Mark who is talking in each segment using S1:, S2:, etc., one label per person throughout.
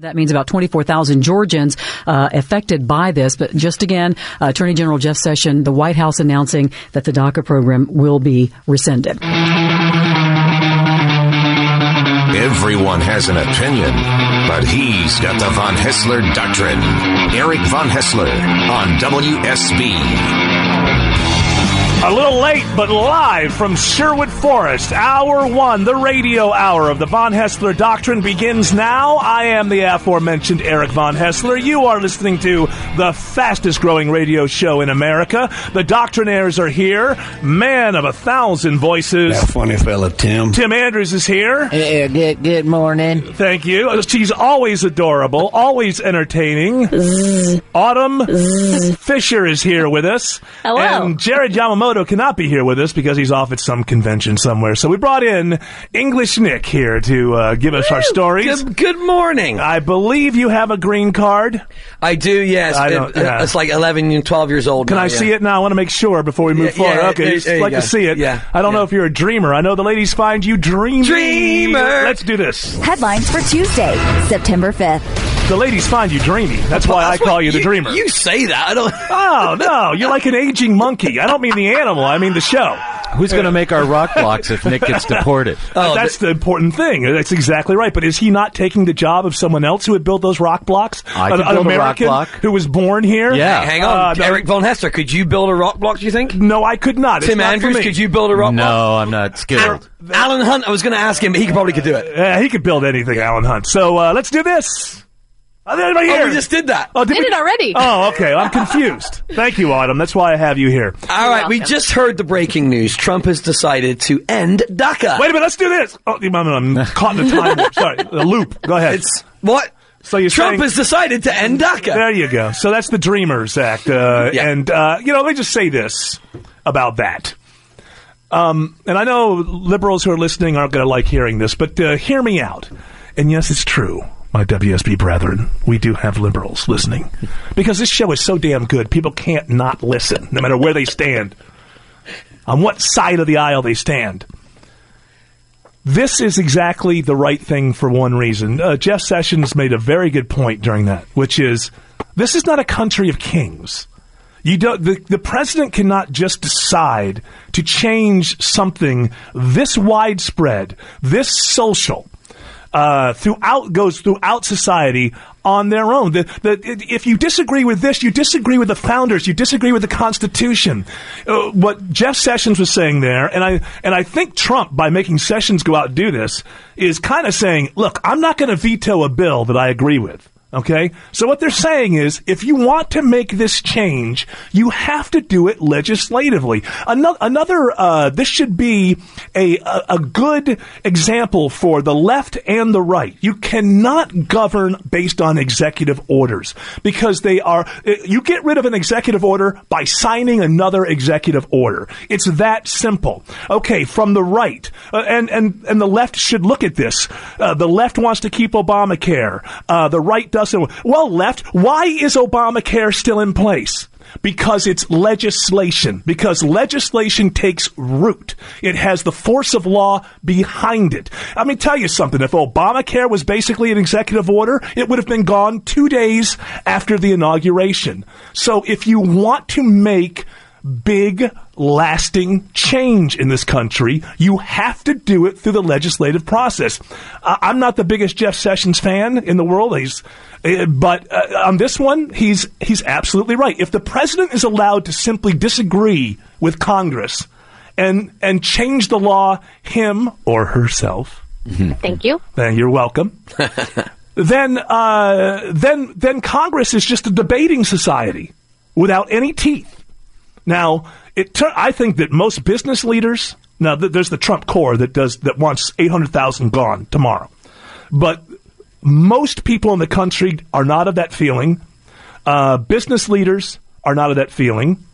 S1: That means about 24,000 Georgians uh, affected by this. But just again, uh, Attorney General Jeff Sessions, the White House announcing that the DACA program will be rescinded.
S2: Everyone has an opinion, but he's got the Von Hessler doctrine. Eric Von Hessler on WSB.
S3: A little late, but live from Sherwood Forest, hour one, the radio hour of the Von Hessler Doctrine begins now. I am the aforementioned Eric Von Hessler. You are listening to the fastest growing radio show in America. The Doctrinaires are here. Man of a thousand voices.
S4: That funny fella, Tim.
S3: Tim Andrews is here.
S5: Hey, good, good morning.
S3: Thank you. She's always adorable, always entertaining.
S6: Zzz.
S3: Autumn Zzz. Fisher is here with us.
S6: Hello.
S3: And Jared Yamamoto cannot be here with us because he's off at some convention somewhere. So we brought in English Nick here to uh, give us our stories. Uh,
S7: Good, good morning.
S3: I believe you have a green card.
S7: I do, yes.
S3: I
S7: It-
S3: don't- yeah.
S7: It's like 11 and 12 years old.
S3: Can
S7: now,
S3: I
S7: Oh, yeah.
S3: see it now? I want to make sure before we move
S7: Yeah,
S3: forward.
S7: yeah,
S3: okay,
S7: there-
S3: just
S7: there you
S3: like
S7: go.
S3: to see it.
S7: Yeah,
S3: I don't
S7: yeah.
S3: know if you're a dreamer. I know the ladies find you dreamy.
S7: Dreamer.
S3: Let's do this.
S8: Headlines for Tuesday, September 5th.
S3: The ladies find you dreamy. That's why Oh, I
S7: That's
S3: call
S7: what
S3: you the dreamer.
S7: You say that. I don't.
S3: Oh no, you're like an aging monkey. I don't mean the animal. I mean the show.
S9: Who's going to make our rock blocks if Nick gets deported?
S7: Oh,
S3: That's the important thing. That's exactly right. But is he not taking the job of someone else who had built those rock blocks?
S9: I
S3: an,
S9: could
S3: an
S9: build a rock
S3: American
S9: block.
S3: who was born here.
S9: Yeah.
S7: Hang on.
S3: Uh, no.
S7: Eric Von Hester, could you build a rock block, do you think?
S3: No, I could not. It's
S7: Tim
S3: not for
S7: Andrews,
S3: me.
S7: could you build a rock block?
S9: No, I'm not skilled.
S7: Alan Hunt, I was going to ask him, but he could- probably could do it.
S3: Uh, he could build anything, Alan Hunt. So uh, let's do this. Oh, there, right
S7: Oh,
S3: here.
S7: we just did that.
S3: Oh, did
S6: Did
S3: we-
S6: it already.
S3: Oh, okay. I'm confused. Thank you, Autumn. That's why I have you here.
S7: All right, we
S6: welcome.
S7: just heard the breaking news. Trump has decided to end DACA.
S3: Wait a minute. Let's do this. Oh, I'm, I'm I'm caught in a time warp. Sorry, a loop. Go ahead.
S7: It's what?
S3: so you're
S7: Trump
S3: saying-
S7: has decided to end DACA.
S3: There you go. So that's the Dreamers Act. Uh,
S7: Yeah.
S3: And, uh, you know, let me just say this about that. Um, and I know liberals who are listening aren't going to like hearing this, but uh, hear me out. And yes, it's true, my WSB brethren. We do have liberals listening. Because this show is so damn good, people can't not listen, no matter where they stand, on what side of the aisle they stand. This is exactly the right thing for one reason. Uh, Jeff Sessions made a very good point during that, which is this is not a country of kings. You don't, the, the president cannot just decide to change something this widespread, this social, uh, throughout goes throughout society on their own. The, the, if you disagree with this, you disagree with the founders, you disagree with the Constitution. Uh, what Jeff Sessions was saying there, and I and I think Trump, by making Sessions go out and do this, is kind of saying, "Look, I'm not going to veto a bill that I agree with." Okay? So what they're saying is if you want to make this change, you have to do it legislatively. Another, another uh, this should be a, a, a good example for the left and the right. You cannot govern based on executive orders because they are, uh, you get rid of an executive order by signing another executive order. It's that simple. Okay, from the right, uh, and, and, and the left should look at this. Uh, the left wants to keep Obamacare. Uh, the right doesn't. Well, left, why is Obamacare still in place? Because it's legislation. Because legislation takes root. It has the force of law behind it. Let me tell you something. If Obamacare was basically an executive order, it would have been gone two days after the inauguration. So if you want to make big, lasting change in this country. You have to do it through the legislative process. Uh, I'm not the biggest Jeff Sessions fan in the world. He's, uh, but uh, on this one, he's he's absolutely right. If the president is allowed to simply disagree with Congress and and change the law, him or herself.
S6: Thank you.
S3: Then Uh, you're welcome. then, uh, then, then Congress is just a debating society without any teeth. Now, it tur- I think that most business leaders. Now, th- there's the Trump core that does that wants eight hundred thousand gone tomorrow, but Most people in the country are not of that feeling. Uh, business leaders are not of that feeling.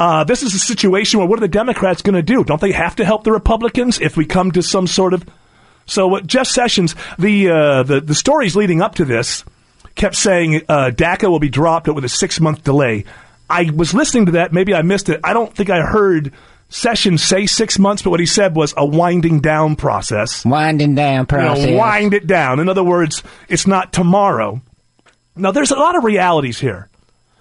S3: Uh, this is a situation where what are the Democrats going to do? Don't they have to help the Republicans if we come to some sort of? So what Jeff Sessions, the uh, the the stories leading up to this, kept saying uh, DACA will be dropped with a six month delay. I was listening to that. Maybe I missed it. I don't think I heard Sessions say six months, but what he said was a winding down process.
S10: Winding down
S3: You know,
S10: process.
S3: wind it down. In other words, it's not tomorrow. Now, there's a lot of realities here.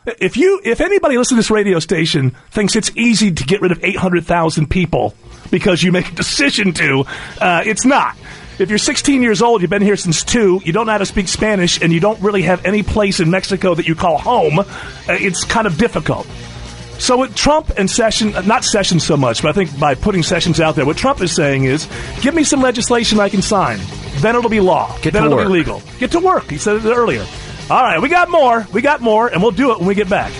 S3: If you, if anybody listening to this radio station thinks it's easy to get rid of 800,000 people because you make a decision to, uh, it's not. If you're 16 years old, you've been here since two, you don't know how to speak Spanish, and you don't really have any place in Mexico that you call home, uh, it's kind of difficult. So what Trump and Sessions, not Sessions so much, but I think by putting Sessions out there, what Trump is saying is, give me some legislation I can sign. Then it'll be law.
S11: Get
S3: then
S11: to
S3: it'll be
S11: work.
S3: legal. Get to work. He said it earlier. All right, we got more. We got more, and we'll do it when we get back.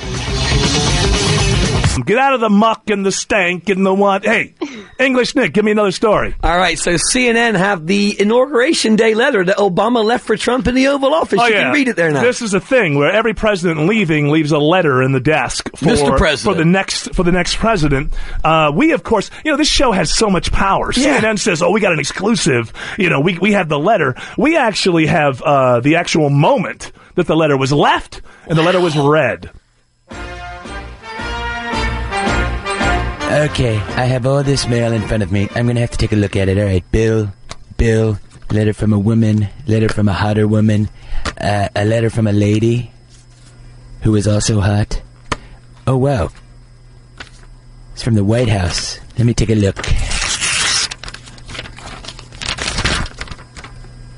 S3: Get out of the muck and the stank and the one. Hey, English Nick, give me another story.
S12: All right, so CNN have the inauguration day letter that Obama left for Trump in the Oval Office. you can read it there now.
S3: Oh, This is a thing where every president leaving leaves a letter in the desk for,
S12: Mr. President.
S3: for the next for the next president. Uh, we of course, you know, this show has so much power.
S12: Yeah.
S3: CNN says, "Oh, we got an exclusive." You know, we we have the letter. We actually have uh, the actual moment that the letter was left and the letter was read.
S10: Okay, I have all this mail in front of me. I'm gonna have to take a look at it. All right, Bill, Bill, letter from a woman, letter from a hotter woman, uh, a letter from a lady who is also hot. Oh wow, it's from the White House. Let me take a look.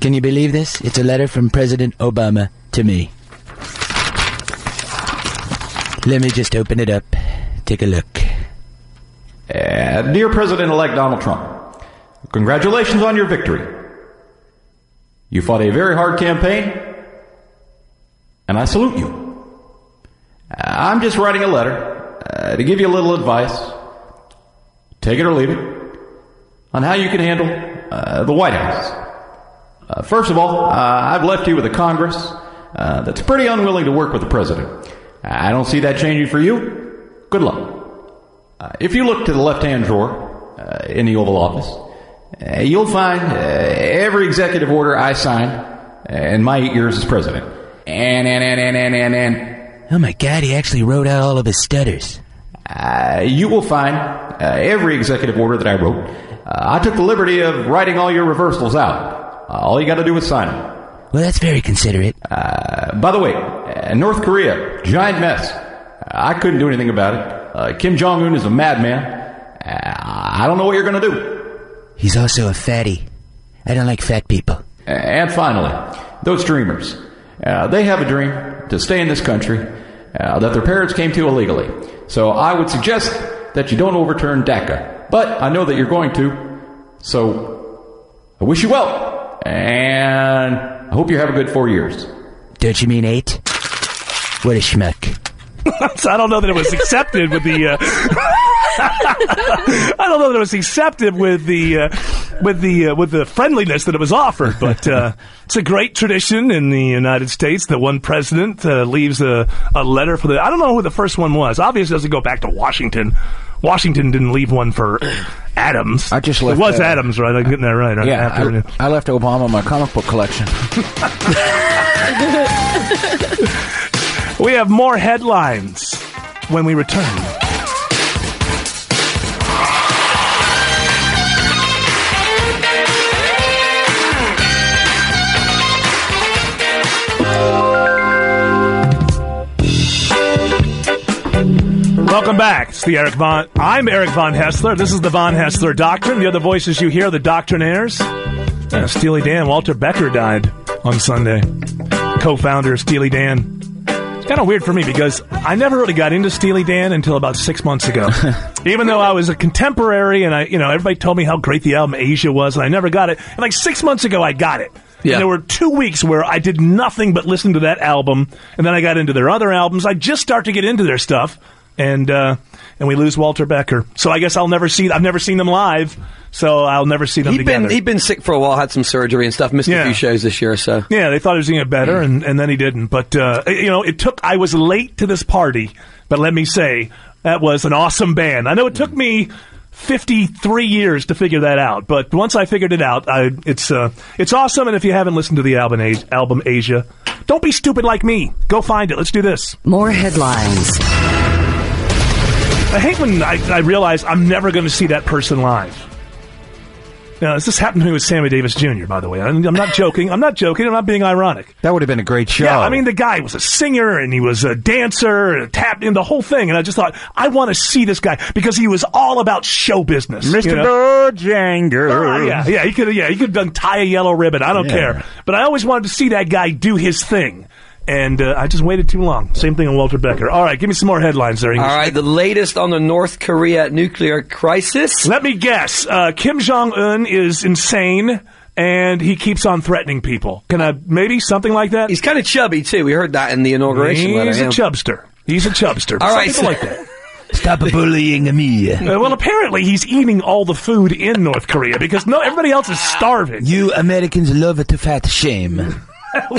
S10: Can you believe this? It's a letter from President Obama to me. Let me just open it up. Take a look.
S7: Uh, dear President elect Donald Trump, congratulations on your victory. You fought a very hard campaign, and I salute you. Uh, I'm just writing a letter uh, to give you a little advice, take it or leave it, on how you can handle uh, the White House. Uh, first of all, uh, I've left you with a Congress uh, that's pretty unwilling to work with the President. I don't see that changing for you. Good luck. Uh, if you look to the left-hand drawer uh, in the Oval Office, uh, you'll find uh, every executive order I signed uh, in my eight years as president. And and and and and and and
S10: Oh my god, he actually wrote out all of his stutters.
S7: uh, you will find uh, every executive order that I wrote. Uh, I took the liberty of writing all your reversals out. Uh, all you got to do is sign them.
S10: Well, that's very considerate.
S7: By the way, uh, North Korea, giant mess. Uh, I couldn't do anything about it. Uh, Kim Jong Un is a madman. Uh, I don't know what you're going to do.
S10: He's also a fatty. I don't like fat people.
S7: And finally, those dreamers. Uh, they have a dream to stay in this country uh, that their parents came to illegally. So I would suggest that you don't overturn DACA. But I know that you're going to. So I wish you well. And I hope you have a good four years.
S10: Don't you mean eight? What a schmuck.
S3: So I don't know that it was accepted with the. Uh, I don't know that it was accepted with the uh, with the uh, with the friendliness that it was offered, but uh, it's a great tradition in the United States that one president uh, leaves a, a letter for the. I don't know who the first one was. Obviously, it doesn't go back to Washington. Washington didn't leave one for Adams.
S13: I just left
S3: it was
S13: that.
S3: Adams, right? I'm getting that right. right? After-
S13: Yeah, I, I left Obama my comic book collection.
S3: we have more headlines when we return. Welcome back. It's the Eric Von. I'm Eric Von Hessler. This is the Von Hessler Doctrine. The other voices you hear, are the doctrinaires. Yeah, Uh, Steely Dan, Walter Becker died on Sunday. Co-founder of Steely Dan. It's kind of weird for me because I never really got into Steely Dan until about six months ago. Even though I was a contemporary, and I, you know, everybody told me how great the album Asia was, and I never got it. And like six months ago, I got it.
S12: Yeah.
S3: And there were two weeks where I did nothing but listen to that album, and then I got into their other albums. I just start to get into their stuff, and uh, and we lose Walter Becker. So I guess I'll never see. I've never seen them live, so I'll never see them
S7: He'd
S3: together.
S7: been he'd been sick for a while, had some surgery and stuff, missed a few shows this year or so.
S3: Yeah, they thought he was going to get better, and, and then he didn't. But, uh, you know, it took, I was late to this party, but let me say, that was an awesome band. I know it took me 53 years to figure that out, but once I figured it out, I, it's, uh, it's awesome. And if you haven't listened to the album, Asia, album Asia, don't be stupid like me. Go find it. Let's do this.
S8: More headlines.
S3: I hate when I, I realize I'm never going to see that person live. Now, this happened to me with Sammy Davis Jr., by the way. I'm, I'm not joking. I'm not joking. I'm not being ironic.
S9: That would have been a great show.
S3: Yeah, I mean, the guy was a singer and he was a dancer, and tapped in the whole thing. And I just thought, I want to see this guy because he was all about show business.
S9: Mr.
S3: you know?
S9: Bojanger.
S3: Ah, yeah, yeah, he could, yeah, he could have done tie a yellow ribbon. I don't
S9: Yeah.
S3: care. But I always wanted to see that guy do his thing. And uh, I just waited too long. Same thing on Walter Becker. All right, give me some more headlines there.
S7: All
S3: English.
S7: right, the latest on the North Korea nuclear crisis.
S3: Let me guess. Uh, Kim Jong Un is insane, and he keeps on threatening people. Can I maybe something like that?
S7: He's kind of chubby too. We heard that in the inauguration
S3: He's
S7: letter.
S3: a
S7: yeah.
S3: chubster. He's a chubster.
S7: All
S3: Some
S7: right,
S3: people
S7: so-
S3: like that.
S5: Stop bullying me.
S3: Uh, well, apparently he's eating all the food in North Korea because no, everybody else is starving.
S5: You Americans love to fat shame.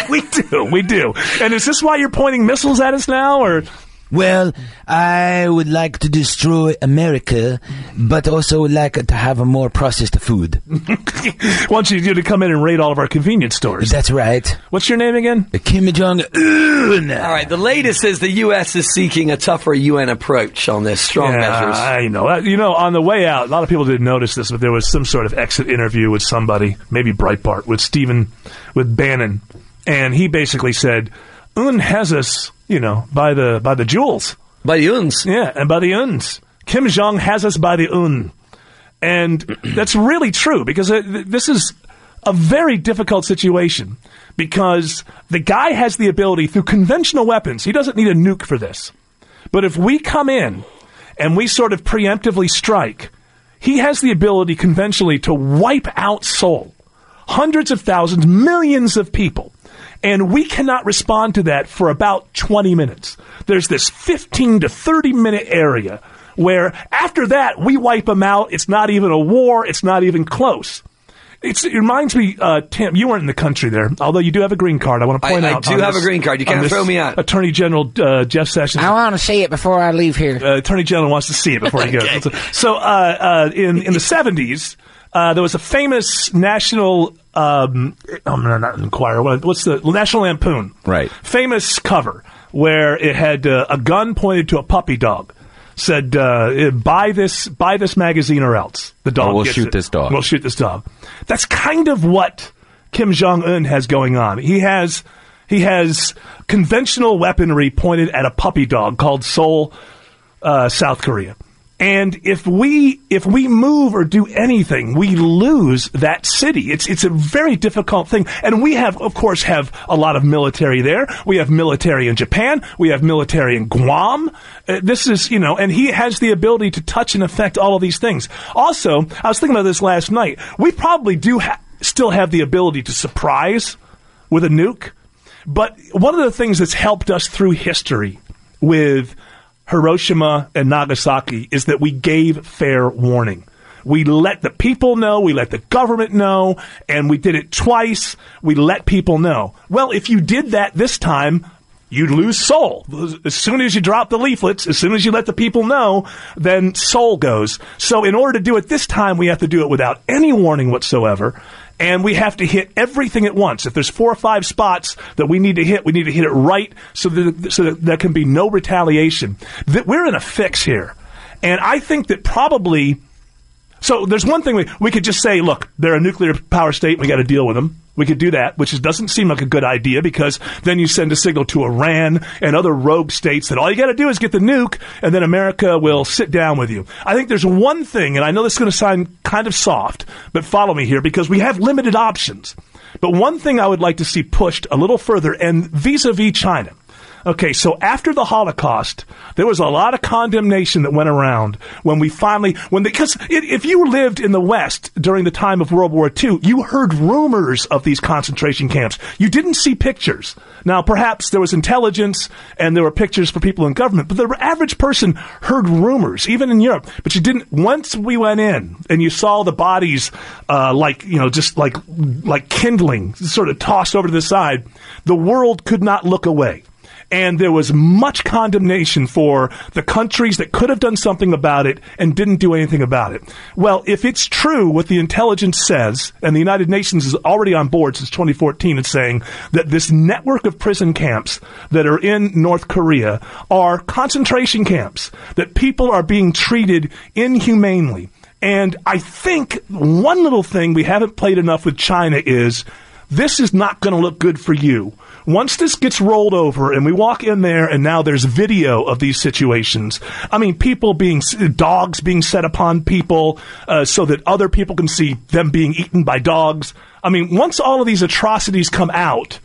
S3: we do, we do. And is this why you're pointing missiles at us now, or
S5: Well, I would like to destroy America, but also would like to have more processed food.
S3: want you to come in and raid all of our convenience stores?
S5: That's right.
S3: What's your name again?
S5: Kim Jong
S7: All
S5: Un.
S7: right, the latest is the U.S. is seeking a tougher UN approach on this, strong measures.
S3: I know. Uh, You know, on the way out, a lot of people didn't notice this, but there was some sort of exit interview with somebody, maybe Breitbart, with Stephen, with Bannon, and he basically said, "Un has us, you know, by the by the jewels."
S7: By the UNs.
S3: Yeah, and by the uns. Kim Jong has us by the un. And that's really true because uh, th- this is a very difficult situation because the guy has the ability through conventional weapons, he doesn't need a nuke for this. But if we come in and we sort of preemptively strike, he has the ability conventionally to wipe out Seoul, hundreds of thousands, millions of people. And we cannot respond to that for about 20 minutes. There's this 15 to 30 minute area where after that we wipe them out. It's not even a war, it's not even close. It's, it reminds me, uh, Tim, you weren't in the country there, although you do have a green card. I want to
S7: I-
S3: point
S7: I
S3: out.
S7: do
S3: on
S7: have
S3: this-
S7: a green card. You
S3: on
S7: can't
S3: this
S7: throw me out.
S3: Attorney General uh, Jeff Sessions
S14: I want to see it before I leave here.
S3: uh, Attorney General wants to see it before he goes. So, uh, uh, in in the seventies, uh, there was a famous national. Um, I'm not, not inquire. What, what's the National Lampoon?
S9: Right.
S3: Famous cover where it had uh, a gun pointed to a puppy dog. Said, uh, "Buy this, buy this magazine, or else the dog.
S9: Or we'll
S3: gets
S9: shoot
S3: it.
S9: this dog."
S3: We'll shoot this dog." That's kind of what Kim Jong Un has going on. He has he has conventional weaponry pointed at a puppy dog called Seoul uh, South Korea. And if we if we move or do anything, we lose that city. It's it's a very difficult thing. And we have, of course, have a lot of military there. We have military in Japan. We have military in Guam. Uh, this is you know, and he has the ability to touch and affect all of these things. Also, I was thinking about this last night. We probably do ha- still have the ability to surprise with a nuke. But one of the things that's helped us through history with Hiroshima and Nagasaki is that we gave fair warning. We let the people know, we let the government know, and we did it twice. We let people know. Well, if you did that this time, you'd lose Seoul. As soon as you drop the leaflets, as soon as you let the people know, then Seoul goes. So in order to do it this time, we have to do it without any warning whatsoever. And we have to hit everything at once. If there's four or five spots that we need to hit, we need to hit it right so that, so that there can be no retaliation. That we're in a fix here. And I think that probably so there's one thing we, we could just say, look, they're a nuclear power state. We got to deal with them. We could do that, which is, doesn't seem like a good idea because then you send a signal to Iran and other rogue states that all you got to do is get the nuke, and then America will sit down with you. I think there's one thing, and I know this is going to sound kind of soft, but follow me here because we have limited options. But one thing I would like to see pushed a little further, and vis a vis China. Okay, so after the Holocaust, there was a lot of condemnation that went around when we finally, when because if you lived in the West during the time of World War II, you heard rumors of these concentration camps. You didn't see pictures. Now, perhaps there was intelligence and there were pictures for people in government, but the average person heard rumors, even in Europe. But you didn't. Once we went in and you saw the bodies, uh, like you know, just like like kindling, sort of tossed over to the side, the world could not look away and there was much condemnation for the countries that could have done something about it and didn't do anything about it. Well, if it's true what the intelligence says, and the United Nations is already on board since 2014 and saying that this network of prison camps that are in North Korea are concentration camps, that people are being treated inhumanely. And I think one little thing we haven't played enough with China is this is not going to look good for you. Once this gets rolled over and we walk in there and now there's video of these situations. I mean, people being, dogs being set upon people uh, so that other people can see them being eaten by dogs. I mean, once all of these atrocities come out,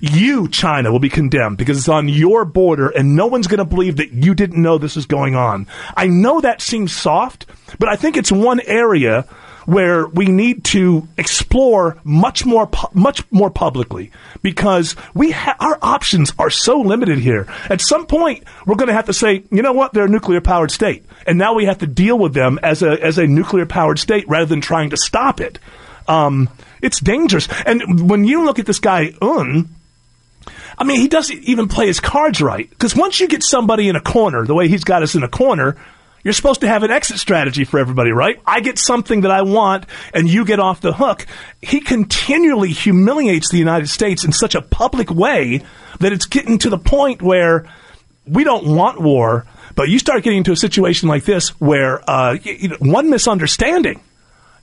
S3: you, China, will be condemned because it's on your border and no one's going to believe that you didn't know this was going on. I know that seems soft, but I think it's one area where we need to explore much more pu- much more publicly because we ha- our options are so limited here. At some point, we're going to have to say, you know what, they're a nuclear powered state, and now we have to deal with them as a as a nuclear powered state rather than trying to stop it. Um, it's dangerous, and when you look at this guy Un. I mean, he doesn't even play his cards right. Because once you get somebody in a corner, the way he's got us in a corner, you're supposed to have an exit strategy for everybody, right? I get something that I want and you get off the hook. He continually humiliates the United States in such a public way that it's getting to the point where we don't want war, but you start getting into a situation like this where uh, y- you know, one misunderstanding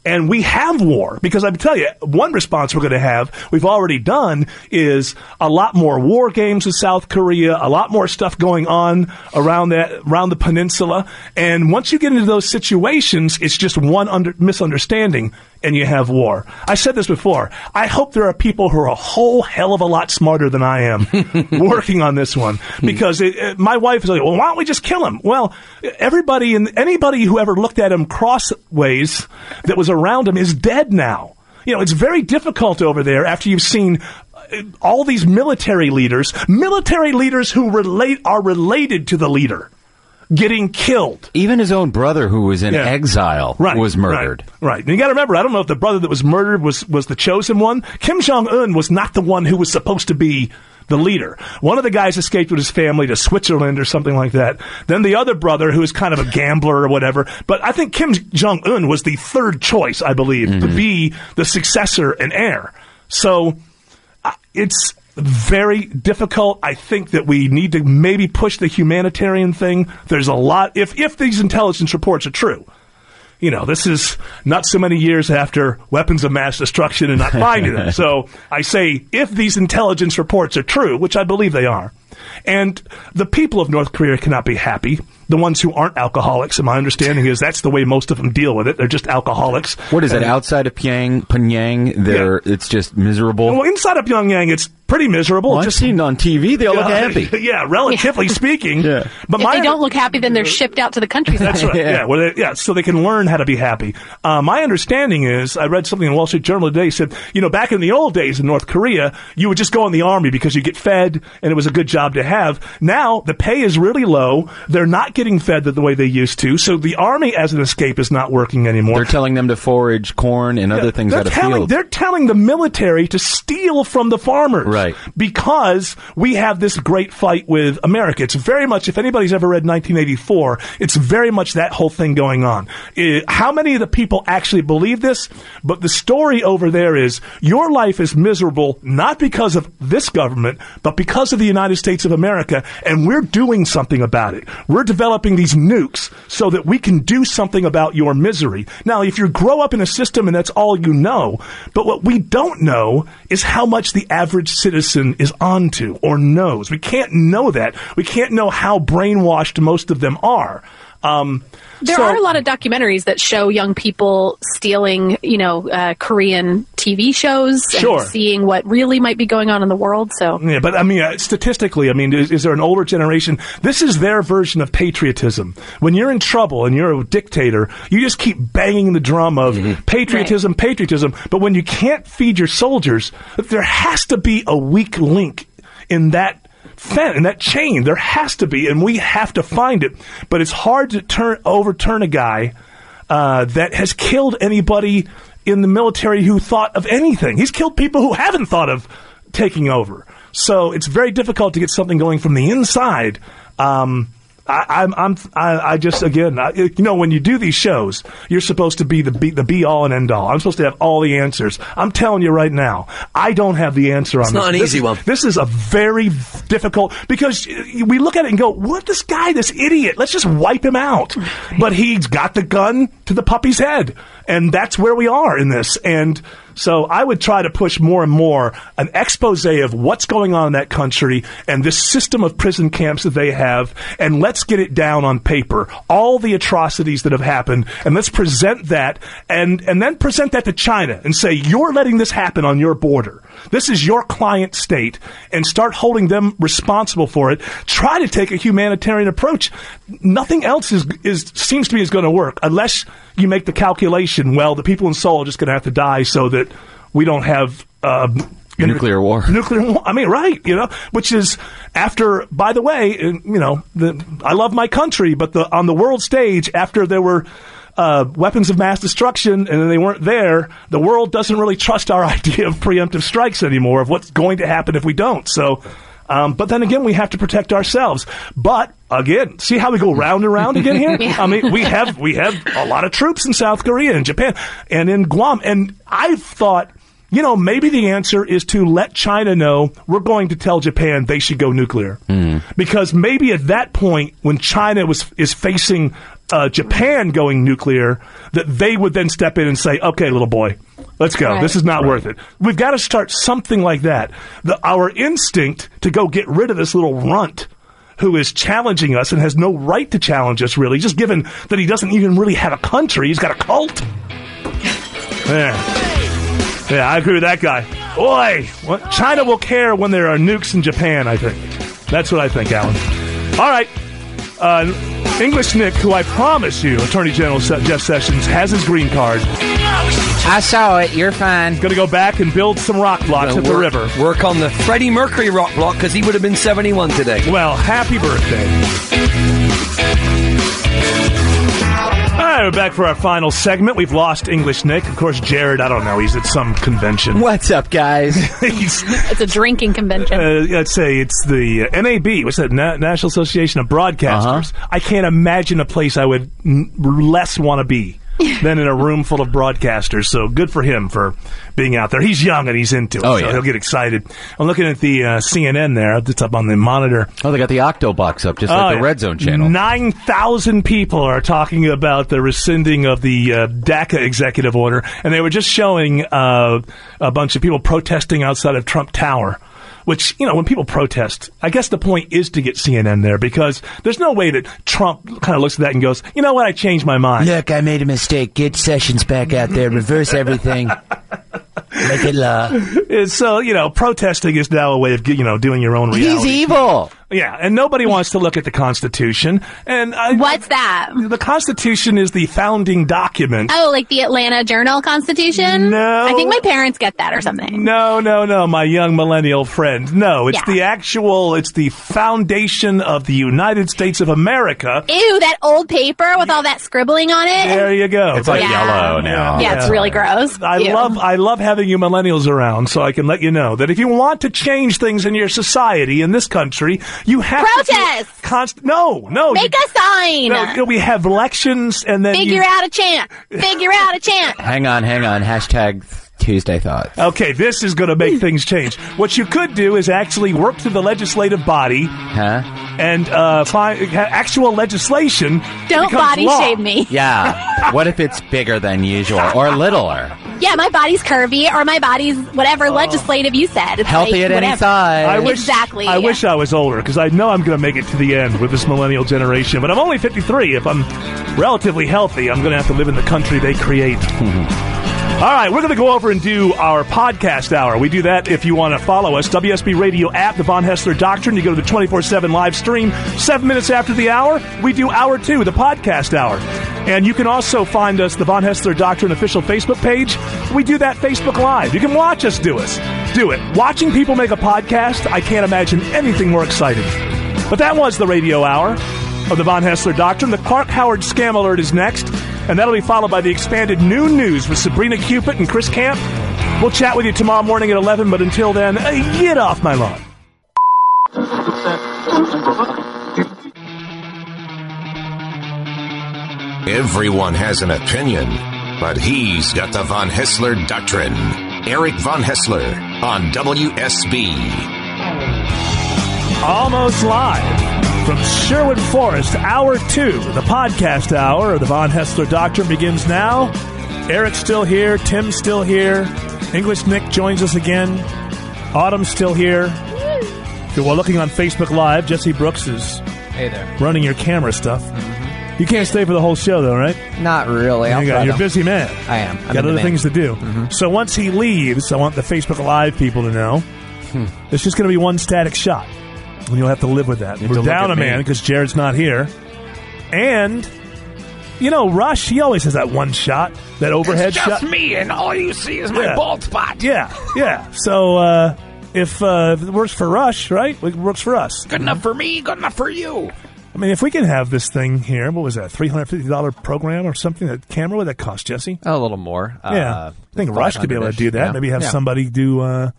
S3: and we have war because I tell you, one response we're going to have, we've already done, is a lot more war games with South Korea, a lot more stuff going on around that around the peninsula, and once you get into those situations, it's just one under, misunderstanding and you have war. I said this before. I hope there are people who are a whole hell of a lot smarter than I am working on this one because it, it- my wife is like, well, why don't we just kill him? Well, everybody and anybody who ever looked at him crossways that was around him is dead now. You know, it's very difficult over there after you've seen uh, all these military leaders, military leaders who relate are related to the leader getting killed.
S10: Even his own brother, who was in
S3: Yeah.
S10: exile,
S3: Right,
S10: was murdered.
S3: Right. And you got to remember, I don't know if the brother that was murdered was, was the chosen one. Kim Jong un was not the one who was supposed to be the leader. One of the guys escaped with his family to Switzerland or something like that. Then the other brother, who is kind of a gambler or whatever. But I think Kim Jong un was the third choice, I believe,
S10: Mm-hmm.
S3: to be the successor and heir. So uh, it's very difficult. I think that we need to maybe push the humanitarian thing. There's a lot if if these intelligence reports are true. You know, this is not so many years after weapons of mass destruction and not finding them. So I say, if these intelligence reports are true, which I believe they are, and the people of North Korea cannot be happy, the ones who aren't alcoholics, and my understanding is that's the way most of them deal with it. They're just alcoholics.
S10: What is it
S3: And-
S10: outside of Pyang, Pyongyang? There, it's just miserable.
S3: well, inside of Pyongyang, it's pretty miserable.
S10: I've
S3: Just
S10: seen on TV, they all look
S3: Yeah,
S10: happy.
S3: yeah, relatively speaking. Yeah. But
S15: if
S3: my
S15: they don't look happy, then they're shipped out to the countryside.
S3: that's right. Yeah. well, they, yeah. So they can learn how to be happy. Uh, my understanding is, I read something in the Wall Street Journal today. Said, you know, back in the old days in North Korea, you would just go in the army because you get fed, and it was a good job to have. Now the pay is really low. They're not getting fed the, the way they used to. So the army as an escape is not working anymore.
S10: They're telling them to forage corn and other things
S3: they're
S10: out of
S3: telling,
S10: fields.
S3: They're telling the military to steal from the farmers. Right. Because we have this great fight with America. It's very much, if anybody's ever read 1984, it's very much that whole thing going on. Eh, how many of the people actually believe this? But the story over there is your life is miserable, not because of this government, but because of the United States of America, and we're doing something about it. We're developing these nukes so that we can do something about your misery. Now, if you grow up in a system and that's all you know, but what we don't know is how much the average citizen is onto or knows. We can't know that. We can't know how brainwashed most of them are. Um,
S15: There
S3: so-
S15: are a lot of documentaries that show young people stealing, you know, uh, Korean TV shows
S3: Sure.
S15: and seeing what really might be going on in the world. So
S3: Yeah, but I mean, uh, statistically, I mean, is, is there an older generation? This is their version of patriotism. When you're in trouble and you're a dictator, you just keep banging the drum of patriotism, patriotism. But when you can't feed your soldiers, there has to be a weak link in that. fen- In that chain, there has to be, and we have to find it. But it's hard to turn overturn a guy uh, that has killed anybody in the military who thought of anything. He's killed people who haven't thought of taking over. So it's very difficult to get something going from the inside. Um, I, I'm, I'm, I, I just again, I, you know, when you do these shows, you're supposed to be the be, the be all and end all. I'm supposed to have all the answers. I'm telling you right now, I don't have the answer on
S7: It's
S3: this.
S7: not an
S3: This
S7: easy
S3: is-
S7: one.
S3: This is a very difficult because we look at it and go, "What this guy, this idiot? Let's just wipe him out." But he's got the gun to the puppy's head, and that's where we are in this. And so I would try to push more and more an expose of what's going on in that country and this system of prison camps that they have, and let's get it down on paper. All the atrocities that have happened, and let's present that, and and then present that to China and say you're letting this happen on your border. This is your client state, and start holding them responsible for it. Try to take a humanitarian approach. Nothing else is, is seems to me is going to work unless you make the calculation. Well, the people in Seoul are just going to have to die so that we don't have uh,
S10: Nuclear war.
S3: Nuclear war. I mean, right? You know, which is after. By the way, in- you know, the, I love my country, but the on the world stage after there were. Uh, weapons of mass destruction, and then they weren't there. The world doesn't really trust our idea of preemptive strikes anymore, of what's going to happen if we don't. So, um, but then again, we have to protect ourselves. But again, see how we go round and round again here.
S16: Yeah.
S3: I mean, we have we have a lot of troops in South Korea and Japan and in Guam, and I thought. You know, maybe the answer is to let China know we're going to tell Japan they should go nuclear. Because maybe at that point, when China was is facing uh, Japan going nuclear, that they would then step in and say, "Okay, little boy, let's go. This is not worth it. We've got to start something like that." The, our instinct to go get rid of this little runt who is challenging us and has no right to challenge us, really, just given that he doesn't even really have a country, he's got a cult. Yeah. Yeah, I agree with that guy. Boy, what, China will care when there are nukes in Japan, I think. That's what I think, Alan. All right. Uh, English Nick, who I promise you, Attorney General Se- Jeff Sessions, has his green card.
S14: I saw it. You're fine.
S3: Going to go back and build some rock blocks at the
S7: work,
S3: river.
S7: Work on the Freddie Mercury rock block because he would have been 71 today.
S3: Well, happy birthday. All right, we're back for our final segment. We've lost English Nick. Of course, Jared, I don't know, he's at some convention.
S6: What's up, guys?
S3: he's,
S15: it's a drinking convention.
S3: uh, let's say it's the uh, NAB, what's that? Na- National Association of Broadcasters.
S4: Uh-huh.
S3: I can't imagine a place I would n- less want to be than in a room full of broadcasters. So good for him for being out there. He's young and he's into it,
S4: Oh,
S3: so
S4: yeah.
S3: he'll get excited. I'm looking at the uh, CNN there. It's up on the monitor.
S10: Oh, they got the Octobox up, just
S3: Oh,
S10: like
S3: yeah.
S10: the Red Zone channel.
S3: 9,000 people are talking about the rescinding of the uh, DACA executive order, and they were just showing uh, a bunch of people protesting outside of Trump Tower. Which, you know, when people protest, I guess the point is to get CNN there because there's no way that Trump kind of looks at that and goes, you know what, I changed my mind.
S5: Look, I made a mistake. Get Sessions back out there. Reverse everything. Make it uh, law.
S3: And Uh, so, you know, protesting is now a way of, you know, doing your own reality.
S5: evil.
S3: Yeah, and nobody wants to look at the Constitution. And I,
S15: What's that?
S3: The Constitution is the founding document.
S15: Oh, like the Atlanta Journal Constitution?
S3: No.
S15: I think my parents get that or something.
S3: No, no, no, my young millennial friend. No, it's
S15: Yeah.
S3: the actual, it's the foundation of the United States of America.
S15: Ew, that old paper with all that scribbling on it.
S3: There you go.
S15: It's like Yeah. yellow
S10: Oh, now.
S15: Yeah, it's really gross.
S3: I
S15: Ew.
S3: love I love having you millennials around so I can let you know that if you want to change things in your society in this country, you have to
S15: Protest!
S3: Const- no, no.
S15: Make a sign.
S3: No, we have elections and then
S15: Figure
S3: you-
S15: out a chant. Figure out a chant.
S6: Hang on, hang on. Hashtag Tuesday thoughts.
S3: Okay, this is going to make things change. What you could do is actually work through the legislative body
S6: Huh?
S3: and uh, find ha- actual legislation. that
S15: Don't
S3: becomes
S15: body
S3: law.
S15: shame me.
S6: Yeah. what if it's bigger than usual or littler?
S15: yeah, my body's curvy or my body's whatever legislative you said. It's like, whatever.
S3: Oh. I wish,
S15: exactly.
S3: I wish I was older because I know I'm going to make it to the end with this millennial generation. But I'm only 53. If I'm relatively healthy, I'm going to have to live in the country they create. All right, we're going to go over and do our podcast hour. We do that if you want to follow us. WSB Radio app, the Von Hessler Doctrine. You go to the 24 7 live stream. Seven minutes after the hour, we do hour two, the podcast hour. And you can also find us, the Von Hessler Doctrine official Facebook page. We do that Facebook Live. You can watch us do us. Do it. Watching people make a podcast, I can't imagine anything more exciting. But that was the radio hour of the Von Hessler Doctrine. The Clark Howard Scam Alert is next, and that'll be followed by the expanded noon news with Sabrina Cupid and Chris Camp. We'll chat with you tomorrow morning at 11, but until then, uh, get off my lawn.
S2: Everyone has an opinion, but he's got the Von Hessler Doctrine. Eric Von Hessler on WSB.
S3: Almost live from Sherwood Forest, hour two. The podcast hour of the Von Hessler Doctrine begins now. Eric's still here. Tim's still here. English Nick joins us again. Autumn's still here. If you're looking on Facebook Live, Jesse Brooks is
S16: Hey there. Mm-hmm.
S3: running your camera stuff. You can't stay for the whole show, though, right?
S16: Not really.
S3: You
S16: I'll
S3: got-
S16: try
S3: you're
S16: to-
S3: a busy man.
S16: I am. I'm in
S3: got
S16: Mm-hmm.
S3: other
S16: demand.
S3: things to do. So once he leaves, I want the Facebook Live people to know
S16: Hmm.
S3: it's just going to be one static shot, and you'll have to live with that.
S16: to
S3: We're
S16: look
S3: down
S16: at
S3: a
S16: me.
S3: man because Jared's not here, and you know Rush. He always has that one shot, that overhead
S16: it's just
S3: shot.
S16: me, and all you see is my
S3: Yeah.
S16: bald spot.
S3: Yeah, yeah. So uh, if, uh, if it works for Rush, right? It works for us.
S16: Good enough for me. Good enough for you.
S3: I mean, if we can have this thing here, what was that, three hundred fifty dollar program or something? That camera, what would that cost, Jesse?
S16: A little more. uh,
S10: Uh,
S3: Yeah, I think Rush could be able to do that. Maybe have somebody do uh,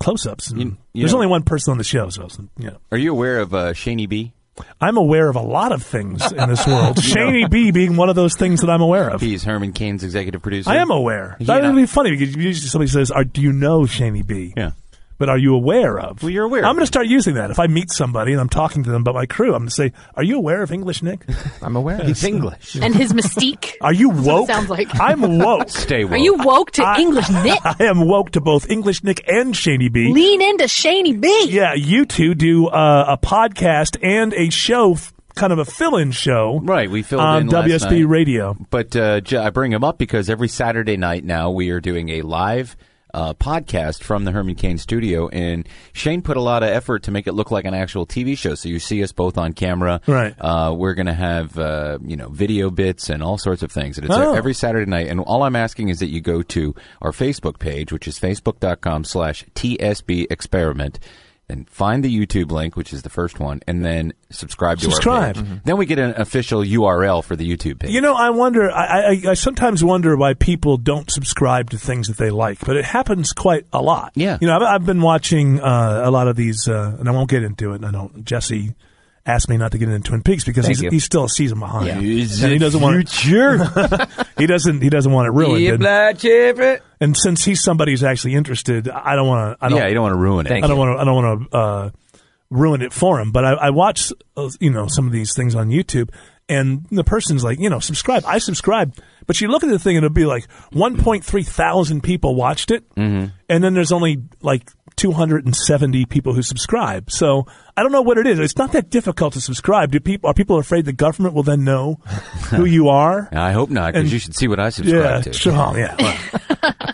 S3: close-ups. and-
S10: you
S3: There's
S10: know-
S3: only one person on the show, so it's- yeah.
S10: Are you aware of uh, Shaney B?
S3: I'm aware of a lot of things in this world. Shaney B being one of those things that I'm aware of.
S10: He's Herman Cain's executive producer.
S3: I am aware.
S10: He
S3: That
S10: and I-
S3: would be funny because usually somebody says, are, "Do you know Shaney B?" Yeah. But are you aware of? Well, you're aware. I'm going to start using that if I meet somebody and I'm talking to them about my crew. I'm going to say, "Are you aware of English, Nick?"
S16: I'm aware.
S3: He's English.
S15: and his mystique.
S3: Are you
S15: what it
S3: woke?
S15: sounds like.
S3: I'm woke. Stay
S15: Are you woke to English Nick?
S3: I am woke to both English Nick and Shady B.
S15: Lean into Shaney B.
S3: Yeah, you two do uh, a podcast and a show, f- kind of a fill-in show.
S10: Right, we filled
S3: on
S10: in last
S3: WSB
S10: night.
S3: Radio.
S10: But uh, J- I bring him up because every Saturday night now we are doing a live uh, podcast from the Herman Cain studio, and Shane put a lot of effort to make it look like an actual TV show. So you see us both on camera.
S3: Right.
S10: Uh, we're going to have uh, you know video bits and all sorts of things. And it's uh,
S3: Oh.
S10: every Saturday night. And all I'm asking is that you go to our Facebook page, which is facebook.com/slash TSB Experiment. And find the YouTube link, which is the first one, and then subscribe to our
S3: Subscribe.
S10: page. Mm-hmm. Then we get an official URL for the YouTube page.
S3: You know, I wonder. I, I, I sometimes wonder why people don't subscribe to things that they like, but it happens quite a lot. Yeah. You know, I've, I've been watching uh, a lot of these, uh, and I won't get into it. I don't. Jesse asked me not to get into Twin Peaks because
S16: Thank
S3: he's,
S16: you.
S3: he's still a season behind,
S16: Yeah. Is
S3: and he
S16: it
S3: doesn't want future. he doesn't. He doesn't want it ruined.
S16: Yeah,
S3: and-
S16: black chip.
S3: And since he's somebody who's actually interested, I don't want to. I don't,
S10: Yeah, you don't wanna ruin it.
S3: I
S10: Thank
S3: don't
S10: you.
S3: want to. I don't want to uh, ruin it for him. But I, I watch, uh, you know, some of these things on YouTube, and the person's like, you know, subscribe. I subscribe, but you look at the thing, and it'll be like 1.3 thousand people watched it,
S10: Mhm.
S3: and then there's only like 270 people who subscribe. So I don't know what it is. It's not that difficult to subscribe. Do people are people afraid the government will then know who you are?
S10: I hope not, because
S3: And-
S10: you should see what I subscribe
S3: yeah,
S10: to.
S3: sure, yeah.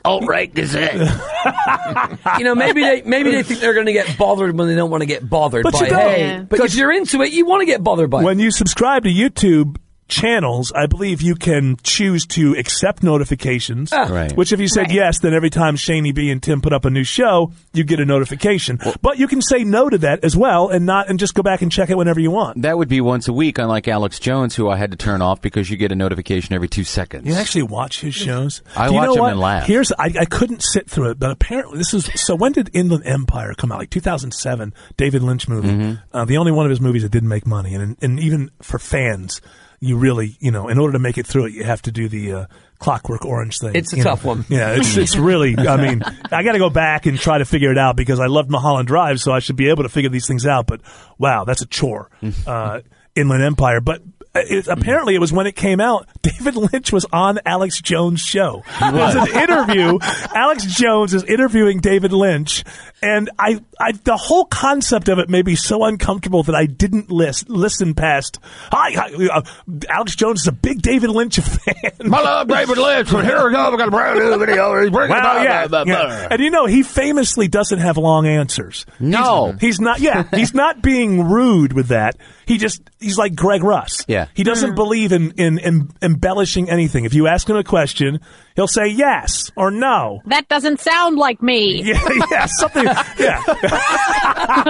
S7: Alt right Gazette. you know, maybe they maybe they think they're going to get bothered when they don't want to get bothered
S3: But
S7: by
S3: you don't.
S7: it. Hey, but if
S3: Because-
S7: you're into it, you want to get bothered by it.
S3: When you subscribe to YouTube channels, I believe you can choose to accept notifications.
S7: Ah. Right.
S3: Which, if you said yes, then every time Shaney B and Tim put up a new show, you get a notification. but you can say no to that as well, and not and just go back and check it whenever you want.
S10: That would be once a week, unlike Alex Jones, who I had to turn off because you get a notification every two seconds.
S3: You actually watch his shows.
S10: I
S3: Do you
S10: watch
S3: know
S10: him
S3: what?
S10: and laugh.
S3: Here's I, I couldn't sit through it, but apparently this is so. When did Inland Empire come out? Like 2007, David Lynch movie.
S10: Mm-hmm.
S3: Uh, the only one of his movies that didn't make money, and and even for fans, you really you know, in order to make it through it, you have to do the uh, Clockwork Orange thing.
S7: It's a
S3: you know.
S7: tough one.
S3: Yeah, it's it's really. I mean, I got to go back and try to figure it out because I loved Mulholland Drive, so I should be able to figure these things out. But wow, that's a chore. Uh, Inland Empire, but it, apparently it was when it came out. David Lynch was on Alex Jones' show.
S17: He was.
S3: It was an interview. Alex Jones is interviewing David Lynch, and I, I, the whole concept of it made me so uncomfortable that I didn't list listen past. Hi, hi uh, Alex Jones is a big David Lynch fan.
S17: My love, David Lynch. Well, here we go. We got a brand new video. He's bringing it
S3: Wow,
S17: up.
S3: yeah,
S17: Blah, blah,
S3: yeah.
S17: blah.
S3: And you know, he famously doesn't have long answers. No. He's, he's not, yeah, he's not being rude with that. He just, he's like Greg Russ.
S10: Yeah.
S3: He doesn't believe in, in, in embellishing anything. If you ask him a question, he'll say yes or no.
S15: That doesn't sound like me.
S3: Yeah, yeah something.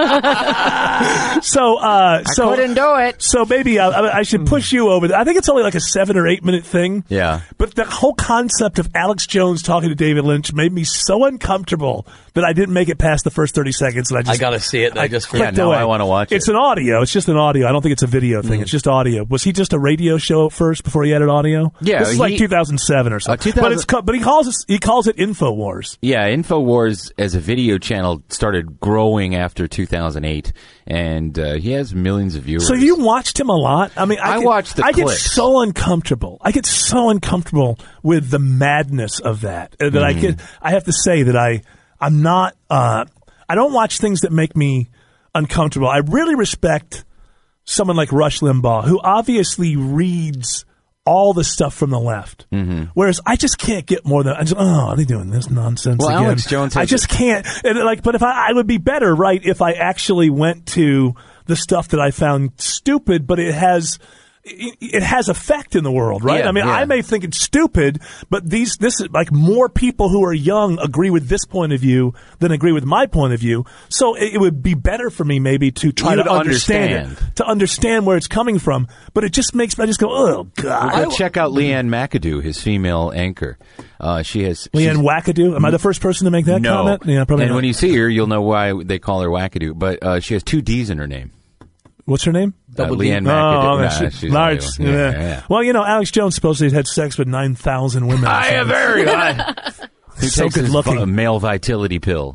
S3: Yeah. so, uh, so couldn't
S6: do it.
S3: So maybe uh, I, I should push you over. I think it's only like a seven or eight minute thing.
S10: Yeah.
S3: But the whole concept of Alex Jones talking to David Lynch made me so uncomfortable that I didn't make it past the first thirty seconds, and I just
S7: I gotta see it. I, just
S3: clicked away. It's an audio. It's just an audio. I don't think it's a video thing.
S7: Mm.
S3: It's just audio. Was he just a radio show at first before he added audio?
S10: Yeah,
S3: This is like
S10: he-
S3: 2007 or
S7: Uh,
S3: something.
S10: 2000
S3: But it's co- but he calls it he calls it Infowars.
S10: Yeah, InfoWars as a video channel started growing after 2008, and uh, he has millions of viewers.
S3: So you watched him a lot. I mean, I,
S10: I
S3: get-
S10: watched the
S3: I get
S10: clips.
S3: so uncomfortable. I get so uncomfortable with the madness of that uh, that I
S10: Mhm.
S3: get. I have to say that I I'm not. Uh, I don't watch things that make me uncomfortable. I really respect someone like Rush Limbaugh, who obviously reads all the stuff from the left.
S10: Mhm.
S3: Whereas I just can't get more than I just, oh, are they doing this nonsense
S10: Well,
S3: again?
S10: Alex Jones
S3: I
S10: has
S3: just can't. And like, but if I, I would be better, right, if I actually went to the stuff that I found stupid, but it has. It it has effect in the world, right?
S10: Yeah,
S3: I mean,
S10: yeah.
S3: I may think it's stupid, but these, this is like more people who are young agree with this point of view than agree with my point of view. So it, it would be better for me maybe to try
S10: You
S3: to understand, it,
S10: understand.
S3: to understand where it's coming from. But it just makes me I just go, oh
S10: Well,
S3: god.
S10: go check out Leanne McAdoo, his female anchor. Uh, she has
S3: Leanne
S10: she's-
S3: Wackadoo. Am I the first person to make that
S10: no.
S3: comment? Yeah, probably.
S10: and
S3: not.
S10: when you see her, you'll know why they call her Wackadoo. But uh, she has two D's in her name.
S3: What's her name?
S10: Double D. Leanne
S3: Oh,
S10: McAdoo.
S3: okay,
S10: Nah,
S3: she-
S10: she's
S3: large.
S10: unbelievable.
S3: yeah.
S10: Yeah, yeah, yeah.
S3: Well, you know, Alex Jones supposedly had sex with nine thousand women.
S10: I am very high. Who
S3: So
S10: takes
S3: good
S10: his
S3: looking.
S10: vi- male vitality pill?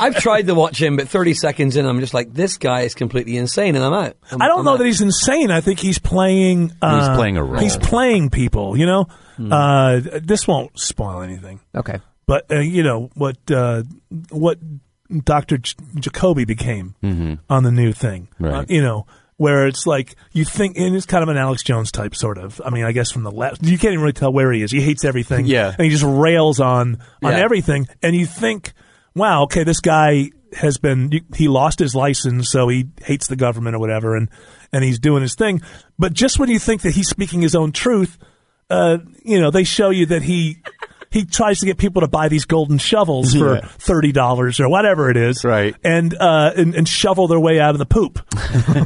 S7: I've tried to watch him, but 30 seconds in, I'm just like, this guy is completely insane, and I'm out. I'm,
S3: I don't know that he's insane. I think he's playing. Uh,
S10: playing a role. Hmm.
S3: He's playing people. You know, uh, this won't spoil anything.
S6: Okay.
S3: But uh, you know what? Uh, what Doctor J- Jacoby became
S10: Mhm.
S3: on the new thing.
S10: Right.
S3: Uh, you know. Where it's like you think, and it's kind of an Alex Jones type, sort of. I mean, I guess from the left, you can't even really tell where he is. He hates everything,
S10: Yeah.
S3: and he just rails on on
S10: Yeah.
S3: everything. And you think, wow, okay, this guy has been you- he lost his license, so he hates the government or whatever, and and he's doing his thing. But just when you think that he's speaking his own truth, uh, you know, they show you that he. He tries to get people to buy these golden shovels for
S10: Yeah.
S3: thirty dollars or whatever it is, right? And, uh, and and shovel their way out of the poop,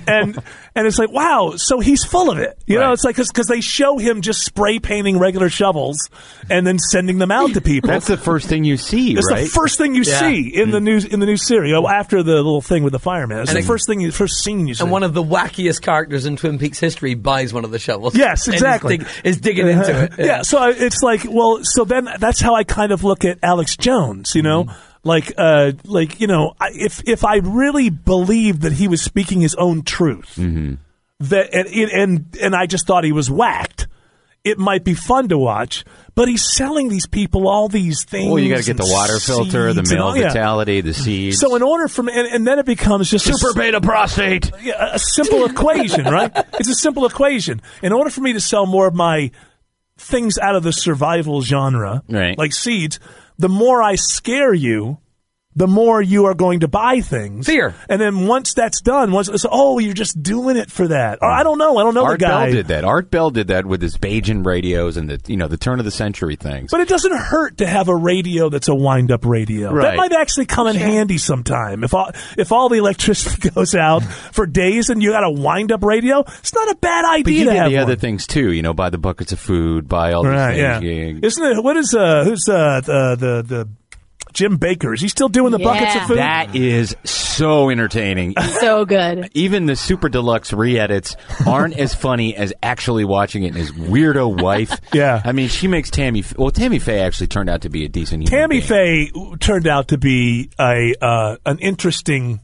S3: and and it's like wow, so he's full of it, you know? It's like because they show him just spray painting regular shovels and then sending them out to people.
S10: That's the first thing you see,
S3: That's
S10: right?
S3: the first thing you
S10: Yeah.
S3: see in the new in the new series oh, after the little thing with the fireman. That's
S7: And
S3: the
S7: it-
S3: first thing, you, first scene you see.
S7: And one of the wackiest characters in Twin Peaks history buys one of the shovels.
S3: Yes,
S7: And is
S3: exactly. Uh-huh.
S7: dig- Is, digging into it.
S3: Yeah. so I, it's like, well, so then that's how I kind of look at Alex Jones, you
S10: Mm-hmm.
S3: know, like, uh, like you know, I, if if I really believed that he was speaking his own truth,
S10: Mm-hmm.
S3: that and and- and and I just thought he was whacked. It might be fun to watch, but he's selling these people all these things.
S10: Well, you got to get the
S3: and
S10: water filter, the
S3: seeds and
S10: male
S3: all- yeah.
S10: vitality, the seeds.
S3: So in order from and, and then it becomes just
S10: Super beta prostate.
S3: Yeah, a simple equation, right? It's a simple equation. In order for me to sell more of my things out of the survival genre,
S10: Right.
S3: like seeds, the more I scare you, the more you are going to buy things. Fear. And then once that's done, once it's oh, you're just doing it for that. Or I don't know. I don't know
S10: Art
S3: the guy.
S10: Bell did that. Art Bell did that with his Bajan radios and the you know the turn of the century things.
S3: But it doesn't hurt to have a radio that's a wind-up radio. That
S10: Right.
S3: might actually come in handy sometime. If all if all the electricity goes out for days and you got a wind-up radio, it's not a bad
S10: But
S3: idea
S10: he
S3: to
S10: did
S3: have
S10: the
S3: one.
S10: other things too. You know, buy the buckets of food, buy all
S3: Right,
S10: these
S3: yeah.
S10: things. Yeah.
S3: Isn't it? What is uh? Who's uh? The the, the Jim Baker is he still doing the buckets of food?
S10: That is so entertaining.
S15: So good.
S10: Even the super deluxe re-edits aren't as funny as actually watching it. And his weirdo wife. yeah, I mean, she makes Tammy. F- Well, Tammy Faye actually turned out to be a decent. human
S3: Tammy Faye turned out to be a uh, an interesting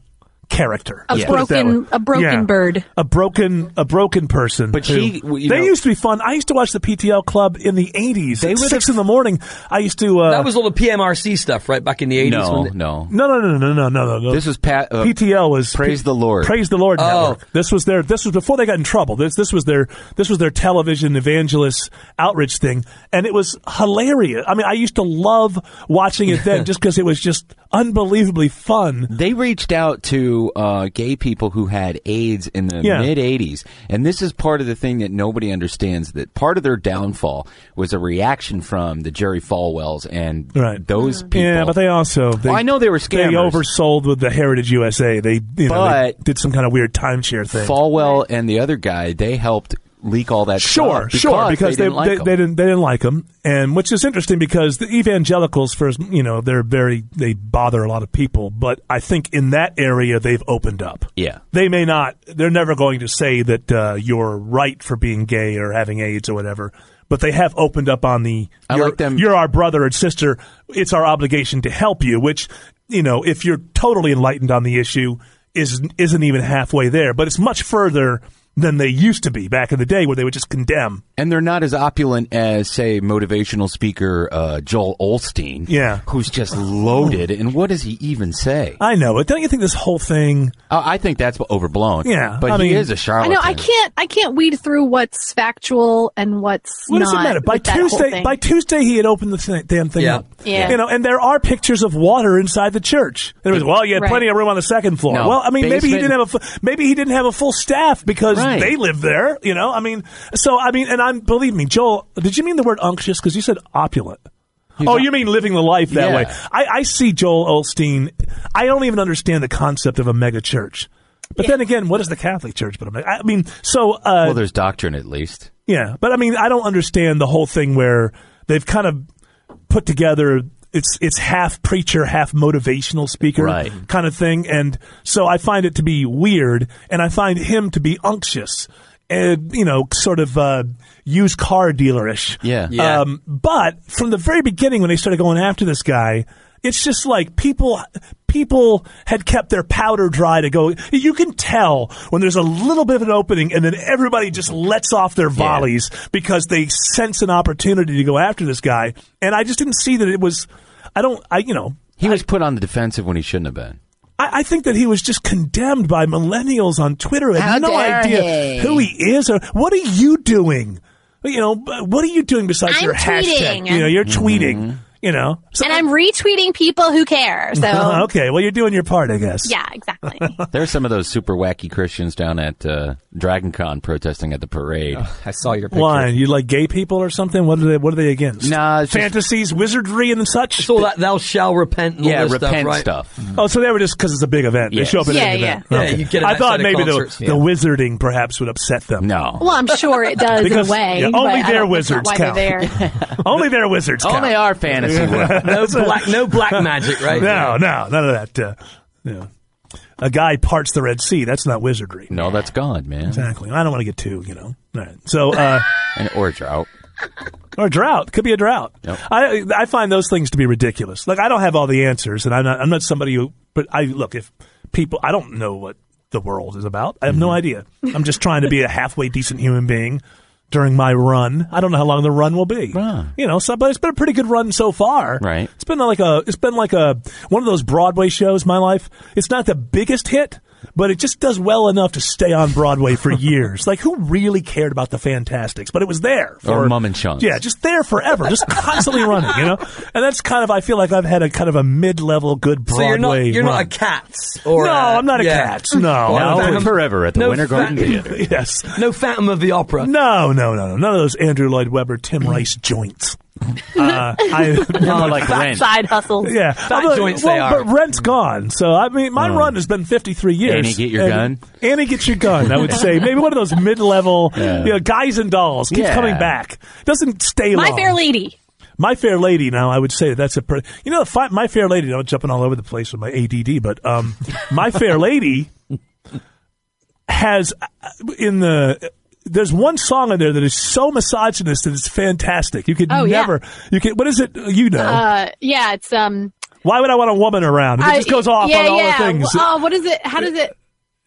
S3: character.
S15: A
S3: Let's put it that
S15: broken-
S3: way.
S15: a broken bird.
S3: a broken, a broken person. But
S10: she- well, you
S3: they
S10: know-
S3: used to be fun. I used to watch the PTL Club in the eighties. They
S7: were the-
S3: six in the morning. I used to. Uh,
S7: that was all the PMRC stuff, right? Back in the 80s.
S10: No,
S7: when the-
S10: no.
S3: no, no, no, no, no, no, no.
S10: This was Pat. Uh,
S3: PTL was
S10: Praise the Lord.
S3: Praise the Lord
S10: Oh.
S3: Network. This was their. This was before they got in trouble. This this was their. This was their television evangelist outreach thing, and it was hilarious. I mean, I used to love watching it then, just because it was just unbelievably fun.
S10: They reached out to uh, gay people who had AIDS in the
S3: Yeah.
S10: mid 80s. And this is part of the thing that nobody understands that part of their downfall was a reaction from the Jerry Falwells and
S3: Right.
S10: those people.
S3: Yeah, but they also. They,
S10: Well, I know they were
S3: They
S10: scammers.
S3: oversold with the Heritage USA. They, you know, they
S10: But-
S3: did some kind of weird timeshare thing.
S10: Falwell and the other guy, they helped leak all that
S3: Sure,
S10: stuff. because
S3: sure, because
S10: they
S3: they
S10: didn't like
S3: they,
S10: them.
S3: they didn't they didn't like him, and which is interesting because the evangelicals, first, you know, they're very they bother a lot of people, but I think in that area they've opened up.
S10: Yeah.
S3: They may not. They're never going to say that uh, you're right for being gay or having AIDS or whatever. But they have opened up on the.
S10: I
S3: you're,
S10: like them-
S3: You're our brother and sister. It's our obligation to help you. Which you know, if you're totally enlightened on the issue, is isn't even halfway there. But it's much further than they used to be back in the day, where they would just condemn.
S10: And they're not as opulent as, say, motivational speaker uh, Joel Olstein.
S3: Yeah.
S10: Who's just loaded. And what does he even say?
S3: I know, but don't you think this whole thing?
S10: I I think that's overblown.
S3: Yeah,
S10: But
S3: I
S10: he
S3: mean-
S10: is a
S15: I
S10: charlatan.
S15: know I can't. I can't weed through what's factual and what's
S3: What
S15: not.
S3: does it matter? By
S15: with that whole
S3: Tuesday,
S15: thing.
S3: by Tuesday, he had opened the th- damn thing
S15: Yeah.
S3: up.
S15: Yeah.
S3: You know, and there are pictures of water inside the church. There was well, you had
S15: Right.
S3: plenty of room on the second floor.
S10: No.
S3: Well, I mean, maybe he
S10: Basement-
S3: didn't have a fu- maybe he didn't have a full staff because
S10: Right.
S3: they live there. You know, I mean, so I mean, and I'm believe me, Joel. Did you mean the word unctuous? Because you said opulent. oh, you mean living the life that
S10: Yeah.
S3: way? I, I see Joel Olstein. I don't even understand the concept of a mega church. But then again, what is the Catholic Church? But a me- I mean, so uh,
S10: Well, there's doctrine at least.
S3: yeah, but I mean, I don't understand the whole thing where they've kind of put together it's it's half preacher, half motivational speaker
S10: Right.
S3: kind of thing, and so I find it to be weird, and I find him to be unctuous. And you know, sort of uh, used car dealerish.
S10: Yeah.
S7: Yeah.
S3: Um, but from the very beginning, when they started going after this guy, it's just like people people had kept their powder dry to go. You can tell when there's a little bit of an opening, and then everybody just lets off their volleys because they sense an opportunity to go after this guy. And I just didn't see that it was. I don't. I you know.
S10: He was put on the defensive when he shouldn't have been.
S3: I, I think that he was just condemned by millennials on Twitter. who
S14: How
S3: Had no
S14: dare
S3: idea
S14: he.
S3: who he is or what are you doing. You know, what are you doing besides
S15: I'm
S3: your hashtag?
S15: tweeting.
S3: You know, you're
S7: Mm-hmm.
S3: tweeting. You know, so Oh,
S15: and I'm retweeting people who care. So
S3: okay, well, you're doing your part, I guess.
S15: yeah, exactly.
S10: There's some of those super wacky Christians down at uh, Dragon Con protesting at the parade.
S16: I saw your picture.
S3: Why you like gay people or something? What are they? What are they against?
S10: Nah, it's just-
S3: fantasies, wizardry, and such.
S7: So that thou shall repent and
S10: yeah,
S7: all this
S10: repent
S7: stuff, right?
S10: stuff.
S3: oh, so they were just because it's a big event.
S10: Yes.
S3: They show up at
S15: Yeah,
S3: an
S15: yeah.
S3: event.
S7: Yeah,
S3: Okay.
S7: you get them
S3: I thought
S7: outside of
S3: maybe the,
S7: concerts, yeah.
S3: the wizarding perhaps would upset them.
S10: No.
S15: Well, I'm sure it does
S3: Because-
S15: in a way.
S3: yeah,
S15: but
S3: only
S15: I don't-
S3: their
S15: that's not
S3: wizards
S15: why
S3: count.
S15: They're there.
S3: Only their wizards.
S10: Only
S3: count.
S10: our fantasy world.
S7: No black, no black magic, right?
S3: No, no, none of that. Uh, no. A guy parts the Red Sea. That's not wizardry.
S10: No, that's God, man.
S3: Exactly. I don't want to get too, you know. All right. So. Uh,
S10: And or drought.
S3: or drought could be a drought.
S10: Yep.
S3: I I find those things to be ridiculous. Like I don't have all the answers, and I'm not I'm not somebody who. But I look if people I don't know what the world is about. I have
S10: Mm-hmm.
S3: no idea. I'm just trying to be a halfway decent human being during my run. I don't know how long the run will be.
S10: Right.
S3: You know, so but it's been a pretty good run so far.
S10: Right.
S3: It's been like a it's been like a one of those Broadway shows. My life. It's not the biggest hit. But it just does well enough to stay on Broadway for years. like, who really cared about the Fantastics? But it was there.
S10: Or
S3: For,
S10: Mum and Chunks.
S3: Yeah, just there forever, just constantly running, you know. And that's kind of I feel like I've had a kind of a mid-level good
S7: So
S3: Broadway.
S7: you're not you're
S3: run.
S7: not a Cats or
S3: no,
S7: i
S3: I'm not a cat. No,
S7: Or
S3: no,
S7: a
S10: Now
S7: Phantom-
S10: forever at the
S7: no
S10: Winter Garden
S7: fact-
S10: Theater.
S3: yes,
S7: No Phantom of the Opera.
S3: no, no, no, no, none of those Andrew Lloyd Webber, Tim Rice joints. Uh, I,
S10: More like rent.
S15: Side hustles.
S3: yeah, Although-
S7: joints
S3: well,
S7: they are.
S3: But rent's gone, so I mean, my run has been 53 years.
S10: Oh. Annie, get your
S3: And-
S10: gun.
S3: Annie, get your gun. I would say maybe one of those mid-level,
S10: Yeah.
S3: you know, guys and dolls keeps
S10: Yeah.
S3: coming back. Doesn't stay
S15: My
S3: long.
S15: Fair Lady.
S3: My Fair Lady. Now, I would say that's a pretty. You know, fi- My Fair Lady. I'm jumping all over the place with my ADD, but um, My Fair Lady has uh, in the. There's one song in there that is so misogynist that it's fantastic. You could
S15: Oh, yeah.
S3: never. You could. What is it? You know.
S15: Uh, yeah, it's um.
S3: Why would I want a woman around? It
S15: I-
S3: just goes off
S15: yeah,
S3: on all
S15: yeah.
S3: the things.
S15: Oh, what is it? How does it?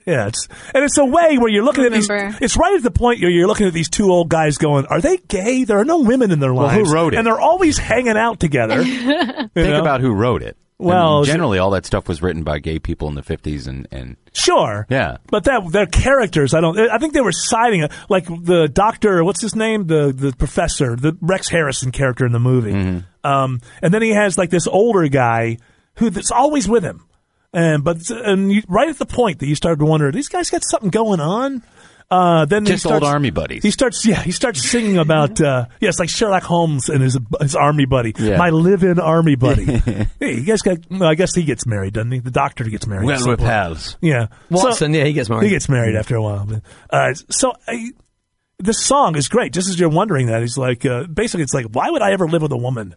S3: Yeah, it's and it's a way where you're looking at these.
S15: Remember.
S3: It's right at the point where you're looking at these two old guys going, "Are they gay? There are no women in their
S10: Well, who
S3: lives."
S10: wrote it?
S3: And they're always hanging out together. Think
S10: Think about who wrote it. I mean,
S3: Well,
S10: generally, all that stuff was written by gay people in the fifties, and and
S3: Sure.
S10: Yeah.
S3: But that their characters, I don't. I think they were siding like the doctor. What's his name? The the professor, the Rex Harrison character in the movie.
S10: Mm-hmm.
S3: Um, and then he has like this older guy who that's always with him. And but and you, right at the point that you started to wonder, these guys got something going on. Uh, then he
S10: Just old
S3: starts,
S10: army buddies.
S3: He starts, yeah, he starts singing about, uh, yeah, it's like Sherlock Holmes and his his army buddy,
S10: Yeah.
S3: my live-in army buddy. hey, you guys got? well, I guess he gets married, doesn't he? The doctor gets married. at
S7: Well,
S3: some
S7: we're
S3: point.
S7: pals.
S3: Yeah,
S7: Watson, yeah, he gets married.
S3: He gets married after a while. but, Uh, so I, this song is great. Just as you're wondering that, he's like, uh, basically, it's like, why would I ever live with a woman?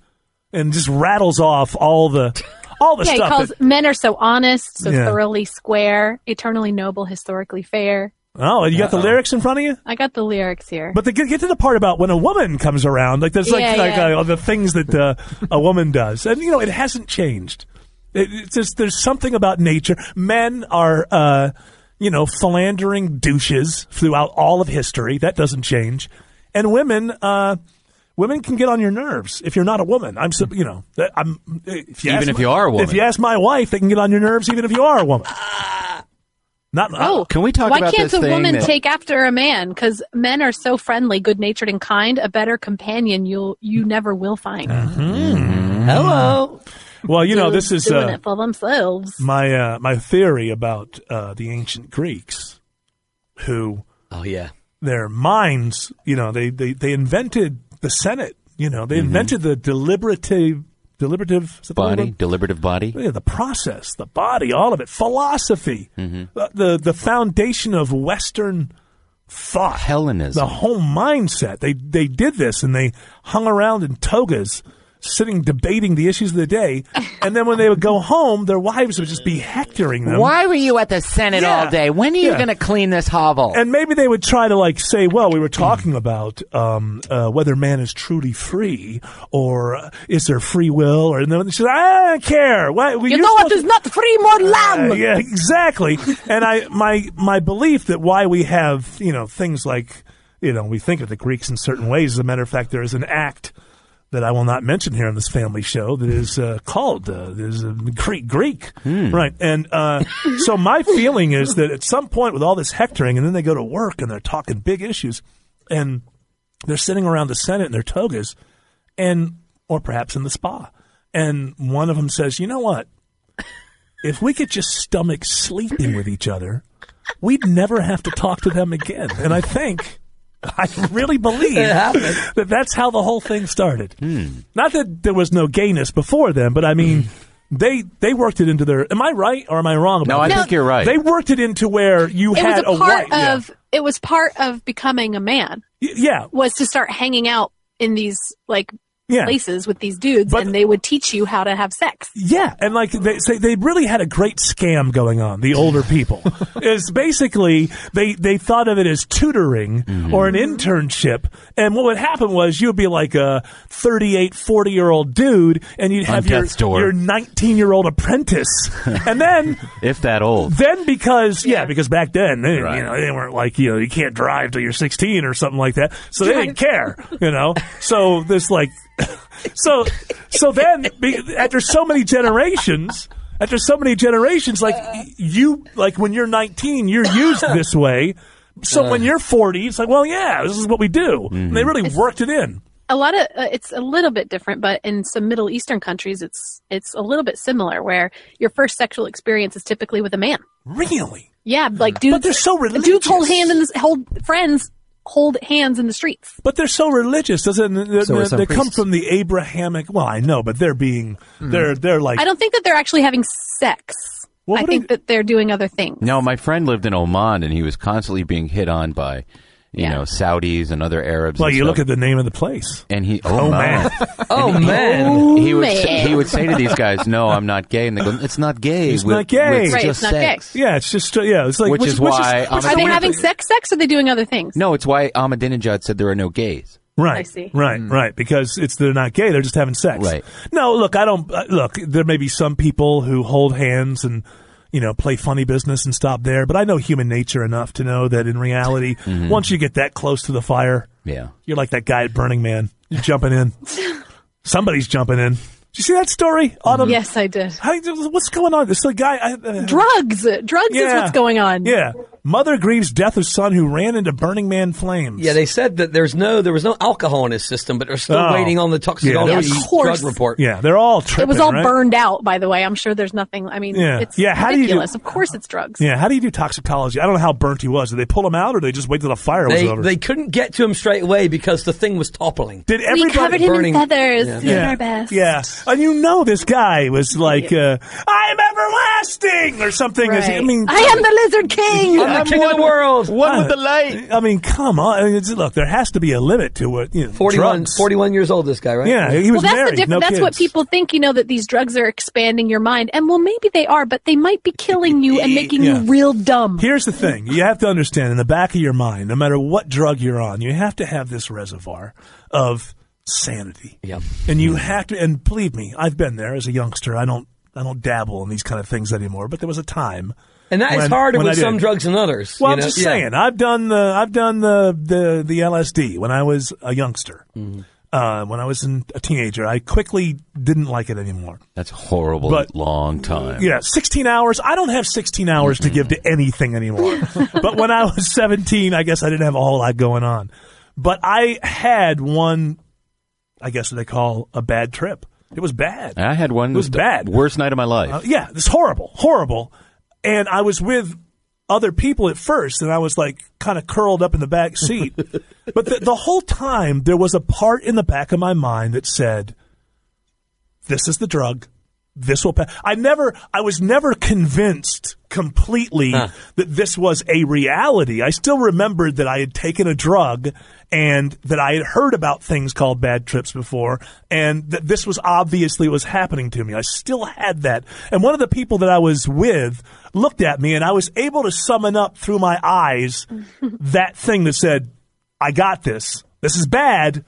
S3: And just rattles off all the, all the
S15: yeah, he
S3: stuff.
S15: calls
S3: that-
S15: men are so honest, so
S3: Yeah.
S15: thoroughly square, eternally noble, historically fair.
S3: oh, you got the lyrics in front of you.
S15: I got the lyrics here.
S3: But the, get get to the part about when a woman comes around, like there's like,
S15: Yeah,
S3: like
S15: yeah.
S3: Uh, the things that uh, a woman does, and you know it hasn't changed. It, it's just there's something about nature. Men are, uh, you know, philandering douches throughout all of history. That doesn't change, and women. Uh, Women can get on your nerves if you're not a woman. I'm, so- you know, that- I'm. If you
S10: Even
S3: ask
S10: if
S3: my-
S10: you are a woman.
S3: if you ask my wife, they can get on your nerves even if you are a woman. Not. uh,
S15: Oh,
S10: Can we talk
S15: Why
S10: about
S15: can't
S10: this
S15: a
S10: thing
S15: woman
S10: that-
S15: take after a man? Because men are so friendly, good natured, and kind. A better companion you'll you never will find.
S3: Hello. Well, you know,
S15: Dudes
S3: this is
S15: doing
S3: uh,
S15: it for themselves.
S3: my uh, my theory about uh, the ancient Greeks, who
S7: Oh yeah.
S3: their minds, you know, they they, they invented the Senate. You know,
S7: Mm-hmm.
S3: they invented the deliberative deliberative is that the word?
S10: body, deliberative body.
S3: Yeah, the process, the body, all of it, philosophy, the, the the foundation of Western thought,
S10: Hellenism.
S3: the whole mindset. They they did this and they hung around in togas, sitting debating the issues of the day, and then when they would go home, their wives would just be hectoring them.
S14: Why were you at the Senate
S3: Yeah.
S14: all day? When are you
S3: Yeah.
S14: going to clean this hovel?
S3: And maybe they would try to like say, well, we were talking about um, uh, whether man is truly free or uh, is there free will, or and then she said, I don't care. Why, well,
S14: You
S3: you're
S14: know what
S3: supposed
S14: is not free more lamb.
S3: Uh, yeah, exactly. and I my my belief that why we have you know things like you know we think of the Greeks in certain ways. As a matter of fact, there is an act. That I will not mention here on this family show that is uh, called uh, is uh, Greek Greek, right? And uh, so my feeling is that at some point with all this hectoring, and then they go to work and they're talking big issues, and they're sitting around the Senate in their togas, and or perhaps in the spa, and one of them says, "You know what? if we could just stomach sleeping with each other, we'd never have to talk to them again. And I think, I really believe
S7: It happened.
S3: that that's how the whole thing started.
S10: Hmm.
S3: Not that there was no gayness before them, but I mean, they they worked it into their. Am I right or am I wrong? About
S10: No, I
S3: this?
S10: think you're right.
S3: They worked it into where you
S15: it was
S3: had
S15: a part
S3: wife. yeah.
S15: of it was part of becoming a man
S3: Y- yeah,
S15: was to start hanging out in these like
S3: Yeah.
S15: places with these dudes, and they would teach you how to have sex.
S3: Yeah, and like they say, they really had a great scam going on. The older people is basically they they thought of it as tutoring
S10: Mm-hmm.
S3: or an internship, and what would happen was you'd be like a 38, 40 year old dude, and you'd
S10: On
S3: have your
S10: death's door.
S3: your nineteen year old apprentice, and then
S10: If that old.
S3: then because yeah, because back then they,
S10: Right.
S3: you know they weren't like you know you can't drive till you're 16 or something like that, so they didn't care, you know. So this like, so so then be, after so many generations. After so many generations, like you, like when you're 19, you're used this way. So when you're 40, it's like, well, yeah, this is what we do. And they really worked it in.
S15: a lot of uh, it's a little bit different but in some middle eastern countries it's it's a little bit similar where your first sexual experience is typically with a man
S3: Really?
S15: yeah like dudes
S3: they're so
S15: dudes hold
S3: religious.
S15: hand in the hold friends hold hands in the streets
S3: But they're so religious, doesn't? They,
S16: So are
S3: they,
S16: some
S3: they come
S16: priests.
S3: from the Abrahamic. Well, I know, but they're being, they're they're like
S15: i don't think that they're actually having sex
S3: What
S15: i
S3: would
S15: think that they're doing other things
S10: No, my friend lived in Oman, and he was constantly being hit on by, you know, Saudis and other Arabs.
S3: Well,
S10: and
S3: you
S10: stuff.
S3: look at the name of the place.
S10: and he, oh, man.
S7: Oh man.
S10: And he would
S15: man.
S10: he would say to these guys, "No, I'm not gay," and they go, "It's not gay.
S3: It's
S10: We're-
S3: not gay.
S10: we're
S15: Right,
S10: just
S15: it's not gay.
S10: sex."
S3: Yeah, it's just uh, yeah, it's like
S10: Which is why I'm
S15: are they
S10: Weird
S15: having
S3: sex?
S15: sex sex or are they doing other things
S10: No, it's why Ahmadinejad said there are no gays.
S3: Right.
S15: I see.
S3: Right,
S10: Hmm.
S3: right. Because it's they're not gay; they're just having sex. Right. No, look, I don't. uh, Look, there may be some people who hold hands and you know play funny business and stop there, but I know human nature enough to know that in reality,
S10: Mhm.
S3: once you get that close to the fire,
S10: Yeah.
S3: you're like that guy at Burning Man. You're jumping in. Somebody's jumping in. Did you see that story, Autumn?
S15: Yes, I did.
S3: How, what's going on? This guy. I, uh,
S15: drugs. Drugs is
S3: Yeah.
S15: what's going on.
S3: Yeah. Mother grieves death of son who ran into Burning Man flames.
S7: Yeah, they said that there's no there was no alcohol in his system, but they're still
S3: Oh.
S7: waiting on the
S3: Yeah,
S7: toxicology
S3: of
S15: course.
S7: drug report.
S3: Yeah, they're all tripping.
S15: it was all
S3: right?
S15: burned out, by the way. I'm sure there's nothing. I mean,
S3: Yeah.
S15: it's
S3: Yeah, how do you do-
S15: ridiculous. of course, it's drugs.
S3: Yeah, how do you do toxicology? I don't know how burnt he was. Did they pull him out, or they just wait till the fire was
S7: They,
S3: over?
S7: they couldn't get to him straight away because the thing was toppling.
S3: Did
S15: we covered him in feathers.
S7: Yeah.
S15: We did our best.
S3: Yeah, and you know this guy was like, uh, "I'm everlasting" or something. Is he- I
S15: Right.
S3: mean,
S15: I am the lizard king.
S3: one-
S7: One
S3: with the light. I mean, come on. I mean, it's- look, there has to be a limit to what you know.
S7: 41,
S3: drugs.
S7: 41 years old, this guy, right?
S3: Yeah, he was
S15: well, that's
S3: married.
S15: the difference.
S3: no
S15: that's
S3: kids.
S15: what people think, you know, that these drugs are expanding your mind. And well, maybe they are, but they might be killing you and making
S3: Yeah.
S15: you real dumb.
S3: Here's the thing you have to understand in the back of your mind, no matter what drug you're on, you have to have this reservoir of sanity.
S7: Yep.
S3: And you have to, and believe me, I've been there as a youngster. I don't, I don't dabble in these kind of things anymore, but there was a time.
S7: And that is
S3: when-
S7: harder
S3: when I
S7: with some
S3: did.
S7: drugs than others.
S3: Well,
S7: you
S3: I'm
S7: know?
S3: just
S7: Yeah.
S3: saying, I've done the, I've done the, the, the LSD when I was a youngster.
S7: Mm-hmm.
S3: Uh, when I was in, a teenager, I quickly didn't like it anymore.
S10: That's a horrible
S3: But-
S10: long time.
S3: Yeah, 16 hours. I don't have 16 hours to give to anything anymore. but when I was 17, I guess I didn't have a whole lot going on. But I had one, I guess what they call a bad trip. It was bad.
S10: I had one.
S3: It was
S10: the
S3: bad.
S10: Worst night of my life.
S3: Uh, yeah, it's horrible, horrible. And I was with other people at first, and I was like kind of curled up in the back seat. but the, the whole time, there was a part in the back of my mind that said, "This is the drug. This will pass." I never, I was never convinced completely that this was a reality. I still remembered that I had taken a drug and that I had heard about things called bad trips before and that this was obviously what was happening to me. I still had that. And one of the people that I was with looked at me and I was able to summon up through my eyes that thing that said, I got this. This is bad,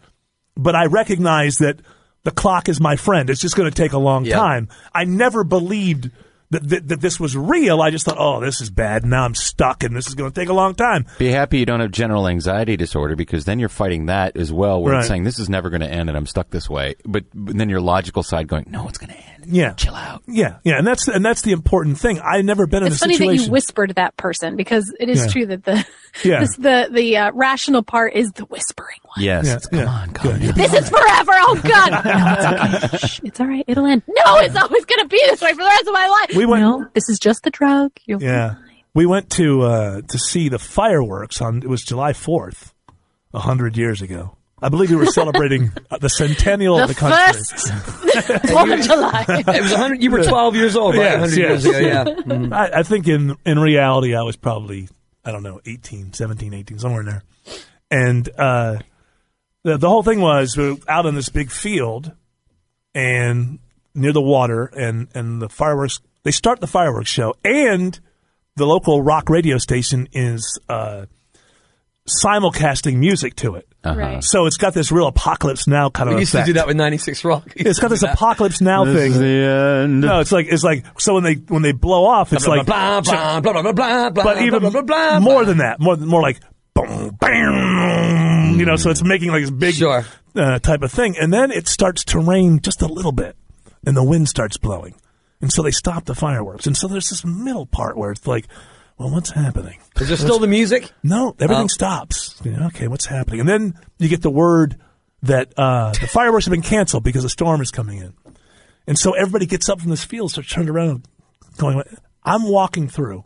S3: but I recognize that the clock is my friend. It's just going to take a long time. I never believed that, that, that this was real. I just thought, oh, this is bad. Now I'm stuck and this is going to take a long time.
S10: Be happy you don't have general anxiety disorder because then you're fighting that as well. Where
S3: Right.
S10: it's saying this is never going to end and I'm stuck this way. But, but then your logical side going, no, it's going to end.
S3: Yeah. Chill out. Yeah. Yeah. And that's, and that's the important thing. I never been in
S15: It's
S3: a
S15: funny that you
S3: situation.
S15: whispered that person because it is
S3: Yeah.
S15: true that the
S3: Yeah.
S15: this, the the uh, rational part is the whispering.
S10: Yes.
S3: come on, come on.
S15: This is forever. Oh God! No, it's okay. Shh, it's all right. It'll end. No, it's always going to be this way for the rest of my life.
S3: We went-
S15: no, this is just the drug. You'll
S3: Yeah. We went to uh, to see the fireworks on it was July 4th, 100 years ago. I believe we were celebrating uh, the centennial of the
S15: The
S3: country.
S15: Fourth of July.
S7: it was 100, you were 12 years old, right?
S3: Yes,
S7: 100 years
S3: yes.
S7: ago, yeah. Mm-hmm.
S3: I, I think in in reality I was probably I don't know 18, 17, 18, somewhere in there. And uh, the the whole thing was we were out on this big field and near the water and and the fireworks they start the fireworks show and the local rock radio station is uh, simulcasting music to it.
S7: Right.
S3: So it's got this real apocalypse now kind of
S7: We used
S3: effect.
S7: to do that with 96 Rock.
S3: It's got this apocalypse now
S7: This
S3: thing.
S7: is
S3: the end. No, it's like it's like so when they when they blow off, it's
S7: Blah,
S3: like
S7: blah, blah, blah, blah, blah, blah, blah,
S3: but
S7: blah,
S3: even
S7: blah, blah, blah,
S3: more than that, more more like boom, bam, you know. So it's making like this big uh, type of thing, and then it starts to rain just a little bit, and the wind starts blowing, and so they stop the fireworks, and so there's this middle part where it's like, well, what's happening?
S7: Is there still the music?
S3: No, everything
S7: Oh.
S3: stops. You know, okay, what's happening? And then you get the word that uh, the fireworks have been canceled because a storm is coming in. And so everybody gets up from this field, starts turned around, going, I'm walking through,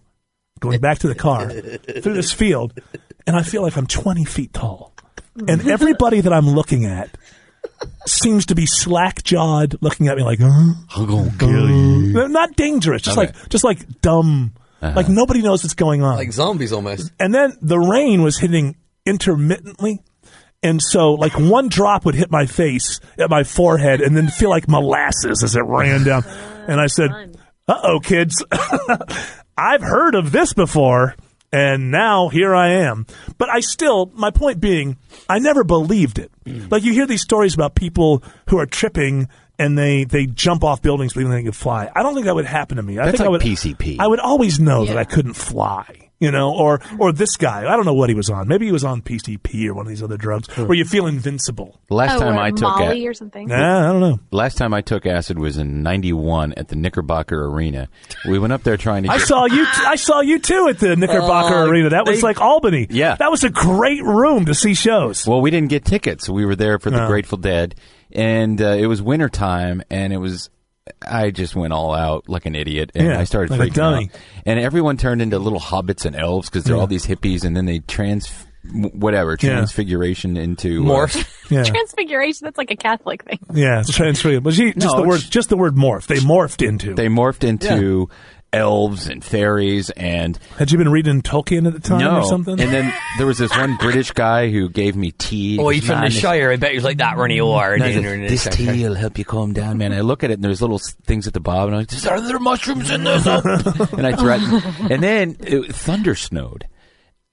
S3: going back to the car, through this field, and I feel like I'm 20 feet tall. And everybody that I'm looking at seems to be slack jawed, looking at me like, huh?
S10: I'm gonna kill you.
S3: They're not dangerous, just
S7: Okay. Uh-huh.
S3: like just like dumb, like nobody knows what's going on.
S7: Like zombies almost.
S3: And then the rain was hitting intermittently. And so, like, one drop would hit my face, at my forehead, and then feel like molasses as it ran down. And I said, Uh oh, kids, I've heard of this before. And now here I am. But I still, my point being, I never believed it. Like you hear these stories about people who are tripping and they, they jump off buildings believing they can fly. I don't think that would happen to me. I
S10: That's
S3: think I would,
S10: like PCP.
S3: I would always know that I couldn't fly, you know, or or this guy. I don't know what he was on. Maybe he was on PCP or one of these other drugs where you feel invincible.
S10: Last
S15: Oh,
S10: time
S15: or
S10: I took
S15: Molly
S10: it-
S15: or something.
S3: Nah, I don't know.
S10: Last time I took acid was in '91 at the Knickerbocker Arena. We went up there trying to.
S3: I
S10: get-
S3: saw you. T- I saw you too at the Knickerbocker
S10: Oh,
S3: Arena. That was
S10: they-
S3: like Albany.
S10: Yeah.
S3: that was a great room to see shows.
S10: Well, we didn't get tickets. We were there for the
S3: Oh.
S10: Grateful Dead, and uh, it was winter time, and it was. I just went all out like an idiot, and
S3: Yeah,
S10: I started
S3: like a
S10: freaking
S3: dummy.
S10: out. And everyone turned into little hobbits and elves because they're
S3: Yeah.
S10: all these hippies, and then they trans whatever
S3: Yeah.
S10: transfiguration into uh,
S3: Yeah,
S15: Transfiguration, that's like a Catholic thing.
S3: yeah, it's transferable. But she, just
S10: No,
S3: the word, just the word morph. They morphed into.
S10: They morphed into elves and fairies and
S3: Had you been reading Tolkien at the time
S10: no.
S3: or something?
S10: And then there was this one British guy who gave me tea.
S7: Oh,
S10: He
S7: he's from the
S10: goes, "Man,
S7: Shire. I bet he's like that when you are.
S10: No, this this tea will help you calm down, man. I look at it and there's little s- things at the bottom, and I'm like, "Is- are there mushrooms in this? and I threaten. And then it, thunder snowed.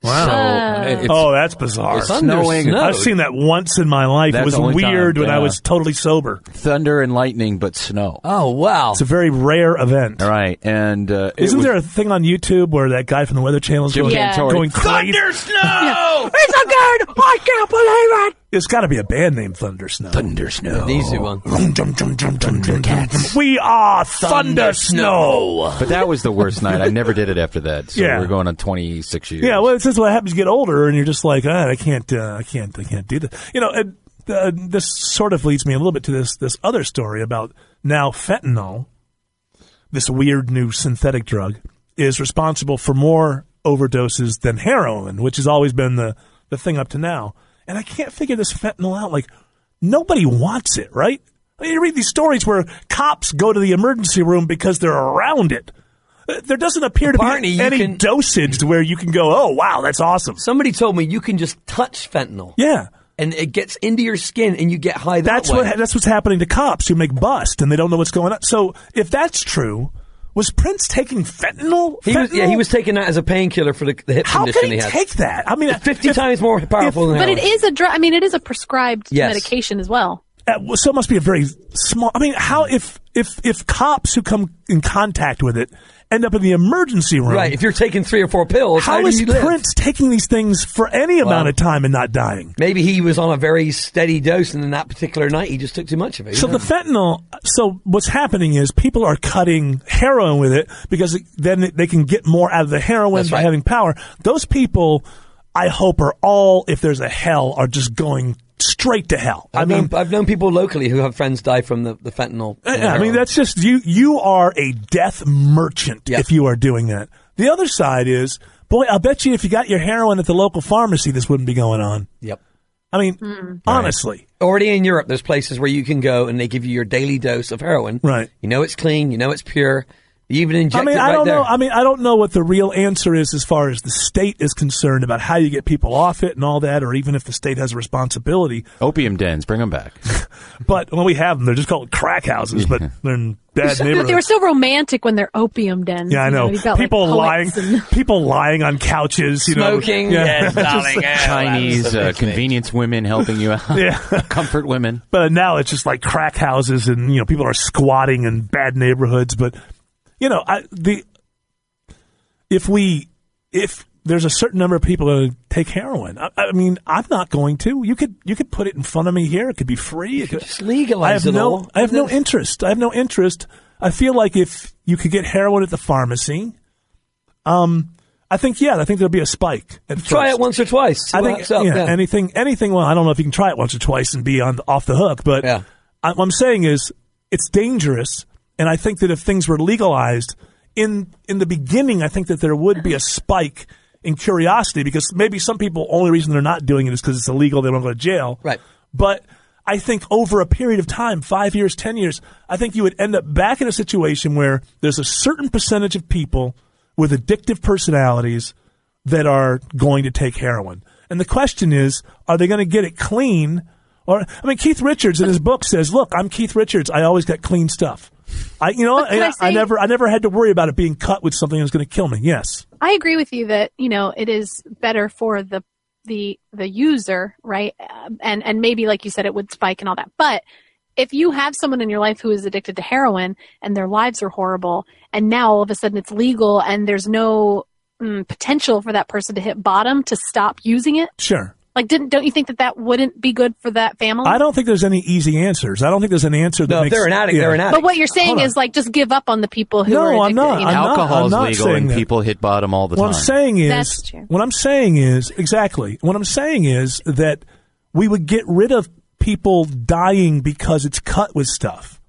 S3: Wow.
S10: So, it's-
S3: oh, that's bizarre.
S10: It's snowing.
S3: I've seen that once in my life.
S10: That's
S3: it was
S10: the only
S3: weird
S10: time,
S3: when I
S10: yeah.
S3: was totally sober.
S10: Thunder and lightning, but snow.
S7: Oh wow!
S3: It's a very rare event.
S10: All right, and uh, it
S3: Isn't
S10: was-
S3: there a thing on YouTube where that guy from the Weather Channel is
S10: Jim
S3: going,
S10: Cantori.
S3: going crazy?
S10: Snow!
S14: It's a good! I can't believe it!
S3: It's got to be a band named Thundersnow. Thundersnow.
S7: easy one.
S3: Thundercats. We are Thundersnow.
S10: But that was the worst night. I never did it after that. So
S3: Yeah.
S10: we're going on 26 years.
S3: Yeah, well, it's just what happens. You get older, and you're just like, ah, I can't, uh, I can't, I can't do this. You know, and, uh, this sort of leads me a little bit to this this other story about now fentanyl, this weird new synthetic drug, is responsible for more overdoses than heroin, which has always been the the thing up to now. And I can't figure this fentanyl out. Like nobody wants it, right? I mean, you read these stories where cops go to the emergency room because they're around it. Uh, There doesn't appear to
S7: Barney,
S3: be
S7: you
S3: any
S7: can-
S3: dosage where you can go, oh, wow, that's awesome.
S7: Somebody told me you can just touch fentanyl.
S3: Yeah.
S7: And it gets into your skin and you get high that
S3: That's
S7: way.
S3: what that's what's happening to cops who make bust and they don't know what's going on. So if that's true, was Prince taking fentanyl?
S7: He was, yeah,
S3: Fentanyl?
S7: he was taking that as a painkiller for the, the hip
S3: How
S7: condition
S3: can he
S7: had.
S3: take that? I mean,
S7: fifty times more powerful than
S15: But it
S7: heroin.
S15: is a drug. I mean, it is a prescribed
S7: Yes.
S15: medication as well.
S3: Uh, well, so it must be a very small. I mean, how if if if cops who come in contact with it end up in the emergency room?
S7: Right. If you're taking three or four pills, how,
S3: how
S7: do
S3: is
S7: you live?
S3: Prince taking these things for any
S7: Well-
S3: amount of time and not dying?
S7: Maybe he was on a very steady dose, and then that particular night he just took too much of it. you
S3: So
S7: know?
S3: the fentanyl. So what's happening is people are cutting heroin with it because it- then they can get more out of the heroin by having power. Those people, I hope, are all if there's a hell, are just going straight to hell. I
S7: I've
S3: mean,
S7: known, I've known people locally who have friends die from the, the fentanyl.
S3: Yeah, I mean, that's just you. You are a death merchant if you are doing that. The other side is, boy, I'll bet you if you got your heroin at the local pharmacy, this wouldn't be going on.
S7: Yep.
S3: I mean, honestly,
S7: Already in Europe, there's places where you can go and they give you your daily dose of heroin.
S3: Right.
S7: You know it's clean. You know it's pure. You even inject
S3: I mean,
S7: it right
S3: I don't
S7: there.
S3: know. I mean, I don't know what the real answer is as far as the state is concerned about how you get people off it and all that, or even if the state has a responsibility.
S10: Opium dens, bring them back.
S3: But when we have them, they're just called crack houses, but they're in bad
S15: So- but they were
S3: neighborhoods.
S15: so romantic when they're opium dens.
S3: Yeah, I
S15: you
S3: know.
S15: you've got, like,
S3: people lying,
S15: poets and-
S3: people lying on couches, you
S7: Smoking,
S3: know,
S7: yes, darling, yeah.
S10: Chinese uh, convenience women helping you out.
S3: Yeah.
S10: Comfort women.
S3: But now it's just like crack houses, and you know people are squatting in bad neighborhoods. But you know, I, the if we if there's a certain number of people that take heroin, I, I mean, I'm not going to. You could you could put it in front of me here. It could be free. It could,
S7: Just legalize
S3: I have
S7: it
S3: no,
S7: all.
S3: I have no interest. I have no interest. I feel like if you could get heroin at the pharmacy, um, I think yeah, I think there'll be a spike. At
S7: Try
S3: first.
S7: it once or twice. See
S3: I
S7: what
S3: think
S7: happens up,
S3: yeah,
S7: yeah.
S3: anything anything. Well, I don't know if you can try it once or twice and be on off the hook, but I, what I'm saying is it's dangerous, and I think that if things were legalized in in the beginning, I think that there would be a spike in curiosity because maybe some people only reason they're not doing it is because it's illegal, they won't go to jail, right? But I think over a period of time, five years, ten years, I think you would end up back in a situation where there's a certain percentage of people with addictive personalities that are going to take heroin. And the question is, are they going to get it clean? Or I mean, Keith Richards in his book says, "Look, I'm Keith Richards. I always got clean stuff." I, you know,
S15: But can
S3: I,
S15: I say-
S3: I never, I never had to worry about it being cut with something that was going to kill me. Yes,
S15: I agree with you that you know it is better for the the the user, right? Um, And and maybe like you said, it would spike and all that. But if you have someone in your life who is addicted to heroin and their lives are horrible, and now all of a sudden it's legal and there's no mm, potential for that person to hit bottom to stop using it,
S3: sure.
S15: like didn't don't you think that that wouldn't be good for that family?
S3: I don't think there's any easy answers. I don't think there's an answer that
S7: No, if
S3: makes.
S7: they're an addict,
S3: yeah.
S7: they're an
S15: But what you're saying is like just give up on the people who
S3: No,
S15: are addicted.
S3: I'm not.
S15: you know?
S3: I'm not-
S10: Alcohol's
S3: I'm not
S10: legal
S3: saying
S10: and
S3: that.
S10: people hit bottom all the
S3: what
S10: time.
S3: I'm saying is,
S15: That's true.
S3: what I'm saying is exactly what I'm saying is that we would get rid of people dying because it's cut with stuff.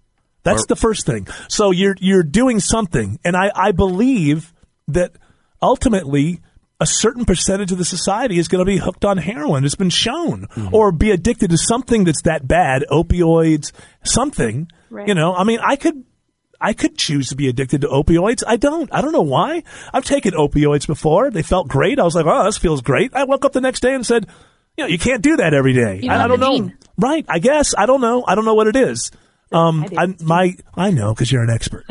S3: That's the first thing. So you're you're doing something, and I I believe that ultimately a certain percentage of the society is going to be hooked on heroin. It's been shown,
S10: Mm-hmm.
S3: or be addicted to something that's that bad, opioids, something.
S15: Right.
S3: You know, I mean, I could I could choose to be addicted to opioids. I don't. I don't know why. I've taken opioids before. They felt great. I was like, oh, this feels great. I woke up the next day and said, you know, you can't do that every day.
S15: You
S3: I, I
S15: don't
S3: don't
S15: have the
S3: know.
S15: gene.
S3: Right. I guess. I don't know. I don't know what it is. Um,
S15: I do.
S3: I, my, I know because you're an expert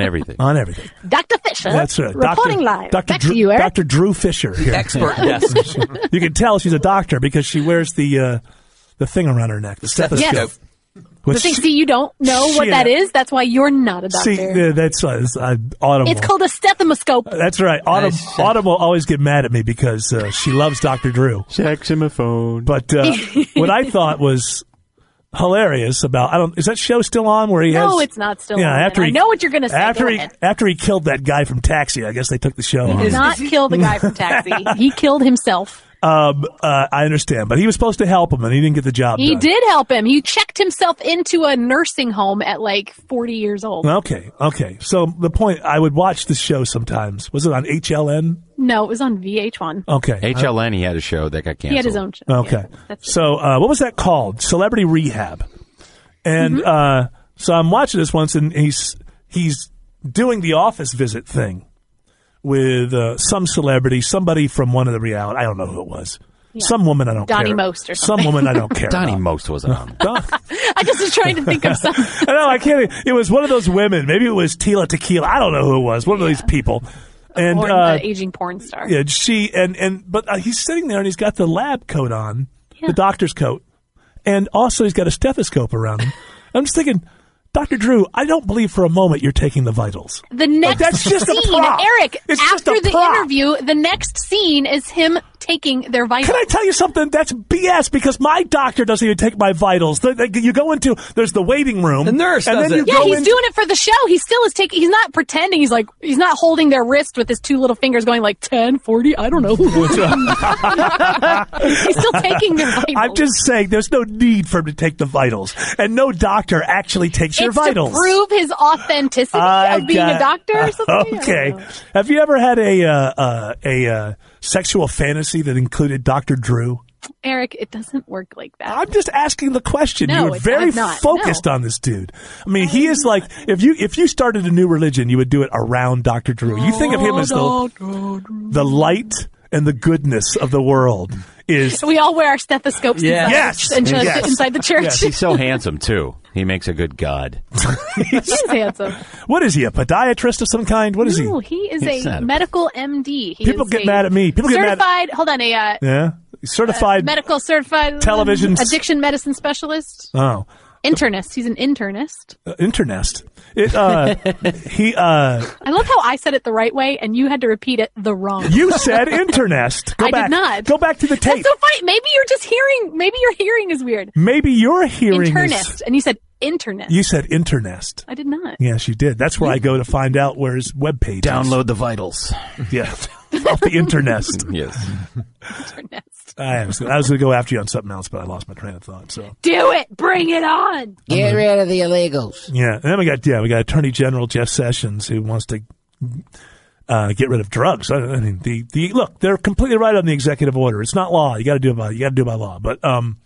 S10: everything.
S3: on everything.
S15: Dr. Fisher,
S3: That's right.
S15: reporting
S3: Dr.
S15: live.
S3: Dr.
S15: Back
S3: Drew,
S15: to you, Eric.
S3: Dr. Drew Fisher. Here.
S15: Expert,
S3: yes. you can tell she's a doctor because she wears the uh, the thing around her neck, the stethoscope.
S15: Yes.
S3: Which
S15: the thing,
S3: she-
S15: see, you don't know what
S3: shit.
S15: that is. That's why you're not a doctor.
S3: see, uh, that's uh, I, audible.
S15: it's called a stethoscope.
S3: That's right. Autumn, Autumn will always get mad at me because uh, she loves Dr. Drew. Saxophone. But uh, what I thought was hilarious about I don't is that show still on where he has
S15: No, it's not still
S3: yeah
S15: on.
S3: after
S15: I
S3: he,
S15: know what you're gonna say.
S3: after
S15: Go
S3: he
S15: ahead.
S3: after he killed that guy from Taxi I guess they took the show
S15: He
S3: off.
S15: did not kill the guy from Taxi. he killed himself.
S3: um uh, I understand but he was supposed to help him and he didn't get the job
S15: he
S3: done.
S15: did help him. He checked himself into a nursing home at like 40 years old.
S3: okay okay so the point I would watch the show sometimes was it on HLN
S15: No, it was on VH1.
S3: okay
S10: HLN, he had a show that got canceled.
S15: He had his own show.
S3: Okay. so uh, what was that called? Celebrity Rehab. And
S15: Mm-hmm.
S3: uh, so I'm watching this once, and he's he's doing the office visit thing with uh, some celebrity, somebody from one of the reality. I don't know who it was. Some woman I don't
S15: Donnie
S3: care.
S15: Most or
S3: some
S15: something.
S3: woman I don't care.
S10: Donnie
S3: about.
S10: Most was on.
S3: Don-
S15: I just was trying to think of something.
S3: I know I can't. It was one of those women. Maybe it was Tila Tequila. I don't know who it was. One of these people. And
S15: Porn,
S3: uh,
S15: an aging porn star.
S3: yeah, she and and but uh, he's sitting there and he's got the lab coat on, the doctor's coat, and also he's got a stethoscope around him. I'm just thinking, Doctor Drew, I don't believe for a moment you're taking the vitals.
S15: The next
S3: that's just a
S15: scene,
S3: prop.
S15: Eric,
S3: It's just
S15: after
S3: a
S15: the
S3: prop.
S15: interview, the next scene is him taking their vitals.
S3: Can I tell you something? That's BS because my doctor doesn't even take my vitals. The, the- you go into there's the waiting room, the
S7: nurse
S3: and
S7: does
S3: then
S7: it.
S3: you
S15: yeah,
S3: go
S15: he's
S3: in-
S15: doing it for the show. He still is taking. He's not pretending. He's like he's not holding their wrist with his two little fingers, going like 10, 40, I don't know. he's still taking their vitals.
S3: I'm just saying, there's no need for him to take the vitals, and no doctor actually takes your
S15: it's
S3: vitals.
S15: to prove his authenticity
S3: I
S15: of being a
S3: got-
S15: doctor or something.
S3: Okay. Have you ever had a uh, uh, a uh, sexual fantasy that included Dr. Drew?
S15: Eric, it doesn't work like that.
S3: I'm just asking the question.
S15: No,
S3: you were
S15: it's-
S3: very
S15: I'm not.
S3: focused
S15: No.
S3: on this dude. I mean, he is like if you if you started a new religion, you would do it around Dr. Drew. You think of him as
S15: Oh,
S3: the the light and the goodness of the world is
S15: So we all wear our stethoscopes
S10: Yes.
S15: inside,
S10: Yes.
S15: and just
S10: Yes.
S15: inside the church.
S10: He's so handsome too. He makes a good god.
S15: He's handsome.
S3: what is he a podiatrist of some kind? What is
S15: no,
S3: he?
S15: he is
S3: He's
S15: a
S3: not a-
S15: medical MD. He
S3: People
S15: is
S3: get
S15: a
S3: mad at me. People get mad at-
S15: certified. Hold on, a uh,
S3: Yeah, certified.
S15: medical certified
S3: Television-
S15: addiction medicine specialist,
S3: oh,
S15: internist. He's an internist.
S3: uh, internest. It, uh, he uh,
S15: I love how I said it the right way and you had to repeat it the wrong.
S3: You said internest. Go
S15: I did
S3: back.
S15: not.
S3: Go back to the
S15: That's
S3: tape.
S15: so funny. Maybe you're just hearing. Maybe your hearing is weird.
S3: Maybe you're hearing
S15: Internist,
S3: this.
S15: and you said internist.
S3: You said internest.
S15: I did not.
S3: Yes, you did. That's where I go to find out where his webpage
S10: Download
S3: the vitals. Yeah. Off the internest.
S10: yes.
S3: I was, I was going to go after you on something else, but I lost my train of thought. So
S15: Do it. Bring it on.
S18: Get rid of the illegals.
S3: yeah, and then we got yeah we got Attorney General Jeff Sessions who wants to uh, get rid of drugs. I, I mean the, the look they're completely right on the executive order. It's not law. You got to do it by you got to do it by law. But um,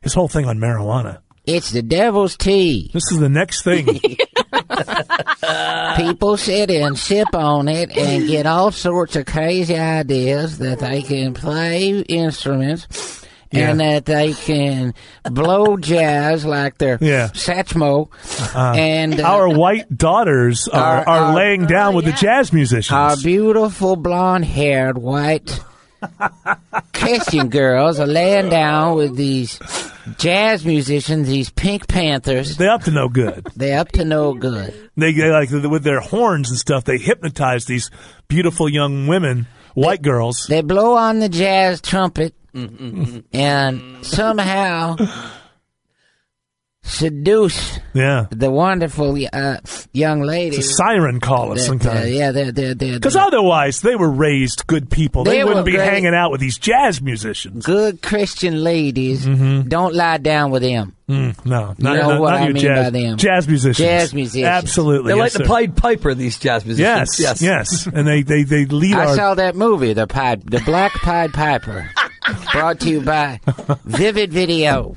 S3: his whole thing on marijuana.
S18: It's the devil's tea.
S3: This is the next thing.
S18: People sit and sip on it and get all sorts of crazy ideas that they can play instruments
S3: Yeah.
S18: and uh, that they can blow jazz like they're
S3: Yeah.
S18: Satchmo.
S3: Uh,
S18: and uh,
S3: our white daughters are,
S18: Our-
S3: are
S18: our-
S3: laying down with the jazz musicians.
S18: Our beautiful blonde haired white Christian girls are laying down with these jazz musicians, these Pink Panthers.
S3: They're up to no good.
S18: They're up to no good.
S3: They, they like with their horns and stuff. They hypnotize these beautiful young women, white girls.
S18: They blow on the jazz trumpet and somehow seduce
S3: yeah.
S18: the wonderful uh, young lady.
S3: It's a siren call of
S18: that,
S3: some
S18: uh,
S3: kind.
S18: yeah, they're, they're, they're,
S3: Because otherwise, they were raised good people. They,
S18: They
S3: wouldn't
S18: were
S3: be
S18: great.
S3: hanging out with these jazz musicians.
S18: good Christian ladies. Don't lie down with them.
S3: Mm, no, not,
S18: You know
S3: not-
S18: what
S3: not
S18: I
S3: your
S18: mean
S3: jazz,
S18: by them.
S3: Jazz musicians.
S18: Jazz musicians.
S3: Absolutely.
S7: They
S3: yes,
S7: like
S3: sir.
S7: the Pied Piper, these jazz musicians.
S3: Yes, yes, and they they they lead
S18: I
S3: our.
S18: saw that movie, the Pied, the Black Pied Piper, brought to you by Vivid Video,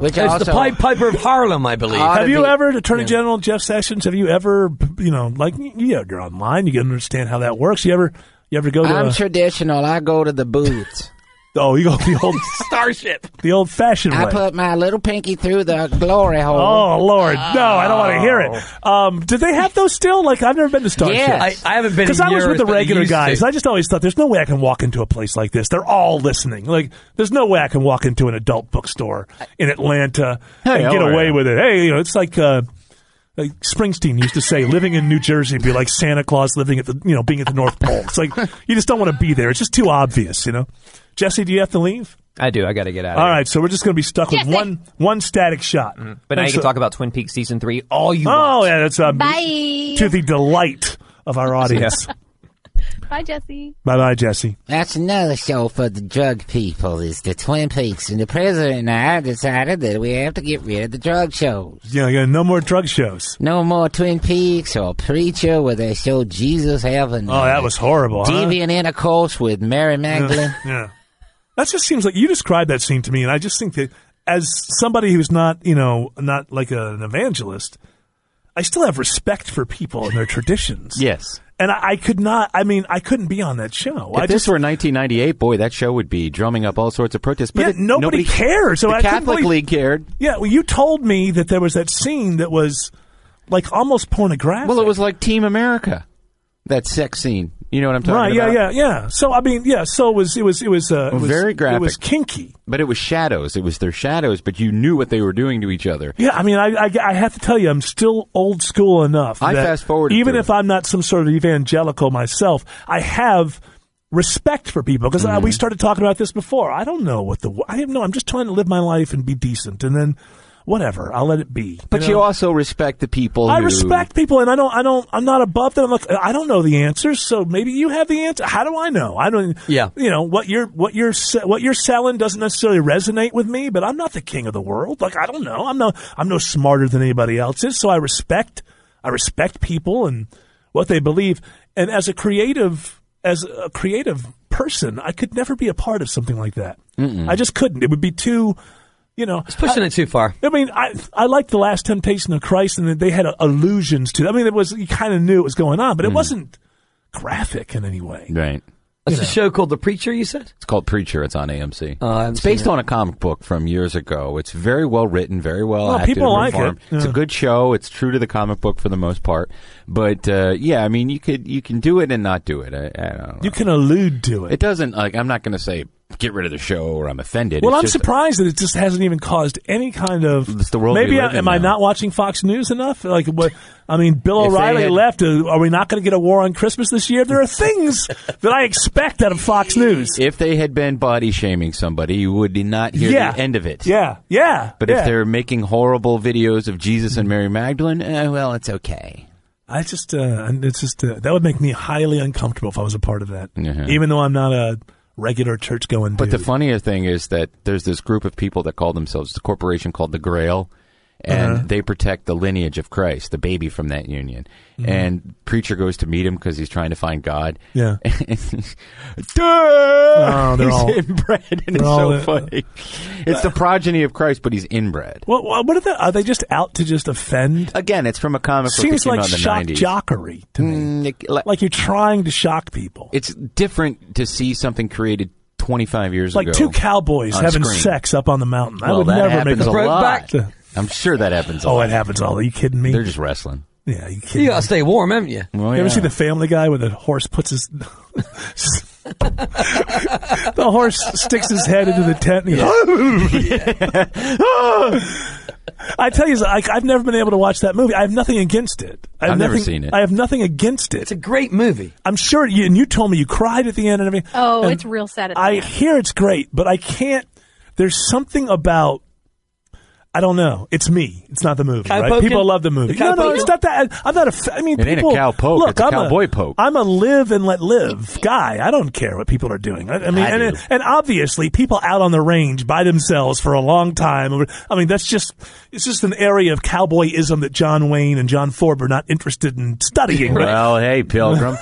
S18: which
S7: It's
S18: also
S7: the Pied Piper of Harlem, I believe.
S18: Ought
S3: have
S18: to
S3: you
S18: be-
S3: ever, Attorney General Jeff Sessions? Have you ever, you know, like you know, you're online, you can understand how that works. You ever, you ever go to?
S18: I'm
S3: a-
S18: traditional. I go to the booths.
S3: oh, you go the old,
S7: Starship.
S3: the old fashioned
S18: I
S3: way.
S18: put my little pinky through the glory hole.
S3: Oh Lord, no! I don't want to hear it. Um, do they have those still? Like I've never been to Starship.
S18: Yes.
S7: I, I haven't been
S3: Because
S7: in
S3: I was with
S7: years,
S3: the
S7: but I
S3: regular
S7: used
S3: guys.
S7: to.
S3: I just always thought there's no way I can walk into a place like this. They're all listening. Like there's no way I can walk into an adult bookstore in Atlanta
S10: Hey,
S3: and
S10: how
S3: get
S10: are
S3: away
S10: ya?
S3: with it. Hey, you know, it's like. Uh, like Springsteen used to say, living in New Jersey would be like Santa Claus living at the, you know, being at the North Pole. It's like, you just don't want to be there. It's just too obvious, you know? Jesse, do you have to leave?
S19: I do. I got to get out.
S3: All right, so we're just going to be stuck with one one static shot.
S7: Mm.
S19: But now you
S3: Thanks
S19: can
S3: a-
S19: talk about Twin Peaks season three all you
S3: oh,
S19: want.
S3: yeah, that's um,
S15: Bye.
S3: to the delight of our audience.
S15: Bye, Jesse.
S3: bye bye, Jesse.
S18: That's another show for the drug people. Is the Twin Peaks and the president and I decided that we have to get rid of the drug shows.
S3: Yeah, yeah, no more drug shows.
S18: No more Twin Peaks or Preacher where they show Jesus having
S3: Oh, that was horrible. huh?
S18: deviant intercourse with Mary Magdalene.
S3: Yeah. yeah. That just seems like you described that scene to me, and I just think that as somebody who's not, you know, not like an evangelist, I still have respect for people and their traditions.
S10: Yes.
S3: And I, I could not, I mean, I couldn't be on that show.
S10: If
S3: I
S10: this
S3: just,
S10: were 1998, boy, that show would be drumming up all sorts of protests. But
S3: yeah,
S10: it-
S3: nobody, cared. So
S10: the
S3: I couldn't
S10: Catholic
S3: believe-
S10: League cared.
S3: Yeah, well, you told me that there was that scene that was like almost pornographic.
S10: Well, it was like Team America, that sex scene. You know what I'm
S3: right?
S10: talking about?
S3: Yeah, yeah, yeah. So I mean, yeah. So it was, it was, it was, uh, it was
S10: Very graphic.
S3: It was kinky.
S10: But it was shadows. It was their shadows, but you knew what they were doing to each other.
S3: Yeah, I mean, I, I, I have to tell you, I'm still old school enough.
S10: I
S3: that
S10: fast-forwarded
S3: Even
S10: through
S3: if I'm not some sort of evangelical myself, I have respect for people because we
S10: Mm-hmm.
S3: started talking about this before. I don't know what the I don't know. I'm just trying to live my life and be decent, and then whatever, I'll let it be.
S10: But you,
S3: know?
S10: also respect the people.
S3: I
S10: who-
S3: respect people, and I don't. I don't. I'm not above them. Look, I don't know the answers, so maybe you have the answer. How do I know? I don't.
S7: Yeah.
S3: You know what you're what you're se- what you're selling doesn't necessarily resonate with me, but I'm not the king of the world. Like I don't know. I'm no. I'm no smarter than anybody else is. So I respect. I respect people and what they believe. And as a creative, as a creative person, I could never be a part of something like that. I just couldn't. It would be too. You know,
S7: It's pushing it too far.
S3: I mean, I I liked the Last Temptation of Christ, and that they had uh, allusions to. I mean, it was you kind of knew it was going on, but it
S10: Hmm.
S3: wasn't graphic in any way.
S10: Right.
S7: That's a show called The Preacher, you said?
S10: It's called Preacher. It's on
S3: Uh,
S10: AMC.
S7: Oh, I haven't
S10: it's based
S7: seen it.
S10: on a comic book from years ago. It's very well written, very well
S3: Well,
S10: acted.
S3: people
S10: and
S3: like it.
S10: performed. It's a
S3: Yeah.
S10: good show. It's true to the comic book for the most part. But uh, yeah, I mean, you could you can do it and not do it. I, I don't know.
S3: You can allude to it.
S10: it doesn't like I'm not going to say get rid of the show or I'm offended.
S3: well,
S10: It's
S3: I'm
S10: just-
S3: surprised that it just hasn't even caused any kind of.
S10: It's the world we
S3: Maybe I,
S10: live in
S3: am I
S10: now.
S3: not watching Fox News enough? Like what? I mean, Bill
S10: If they
S3: O'Reilly
S10: had-
S3: left. Uh, Are we not going to get a war on Christmas this year? There are things that I expect out of Fox News.
S10: If they had been body shaming somebody, you would not hear
S3: Yeah.
S10: the end of it.
S3: Yeah, yeah.
S10: But
S3: yeah.
S10: if they're making horrible videos of Jesus and Mary Magdalene, eh, well, it's okay.
S3: I just, uh, and it's just uh, that would make me highly uncomfortable if I was a part of that.
S10: Mhm.
S3: Even though I'm not a regular church going.
S10: But the funnier thing is that there's this group of people that call themselves the corporation called the Grail, and
S3: Uh-huh.
S10: they protect the lineage of Christ, the baby from that union.
S3: Mhm.
S10: And preacher goes to meet him because he's trying to find God.
S3: Yeah.
S10: oh,
S3: they're
S10: he's
S3: all-
S10: inbred, and
S3: they're
S10: it's
S3: all-
S10: so funny. It's the progeny of Christ, but he's inbred.
S3: What, what, what are, they, are they just out to just offend?
S10: Again, it's from a comic book
S3: Seems
S10: that came
S3: like
S10: out in the
S3: shock
S10: 90s.
S3: jockery to me.
S10: Mm, like-
S3: Like you're trying to shock people.
S10: It's different to see something created 25 years
S3: Like
S10: ago.
S3: two cowboys
S10: on
S3: having
S10: screen.
S3: sex up on the mountain. I
S10: Well,
S3: would
S10: that
S3: never
S10: happens
S3: make
S10: a
S3: Brokeback.
S10: lot. I'm sure that happens. A
S3: Oh,
S10: lot.
S3: it happens all. Are you kidding me?
S10: They're just wrestling.
S3: Yeah, you kidding
S7: You gotta stay warm, haven't you?
S10: Oh,
S3: you ever see the Family Guy where the horse puts his the horse sticks his head into the tent? And he I tell you, like, I've never been able to watch that movie. I have nothing against it. I have
S10: I've never
S3: nothing-
S10: seen it.
S3: I have nothing against it. It's a
S7: great movie.
S3: I'm sure. You, and you told me you cried at the end and everything.
S15: Oh,
S3: And
S15: it's real sad. At the
S3: I
S15: end.
S3: hear it's great, but I can't. There's something about. I don't know. It's me. It's not the movie,
S14: Cow
S3: right?
S14: poking?
S3: People love the movie.
S14: The
S3: no,
S14: cow
S3: no, it's
S14: poking?
S3: not that. I'm not a. fa- I mean,
S10: It ain't a
S3: people-
S10: cow poke,
S3: Look,
S10: it's a
S3: I'm
S10: cowboy poke.
S3: I'm a live and let live guy. I don't care what people are doing. I, I mean,
S10: I
S3: and,
S10: do.
S3: and obviously, people out on the range by themselves for a long time. I mean, that's just it's just an area of cowboyism that John Wayne and John Ford are not interested in studying. right?
S10: Well, hey, Pilgrim.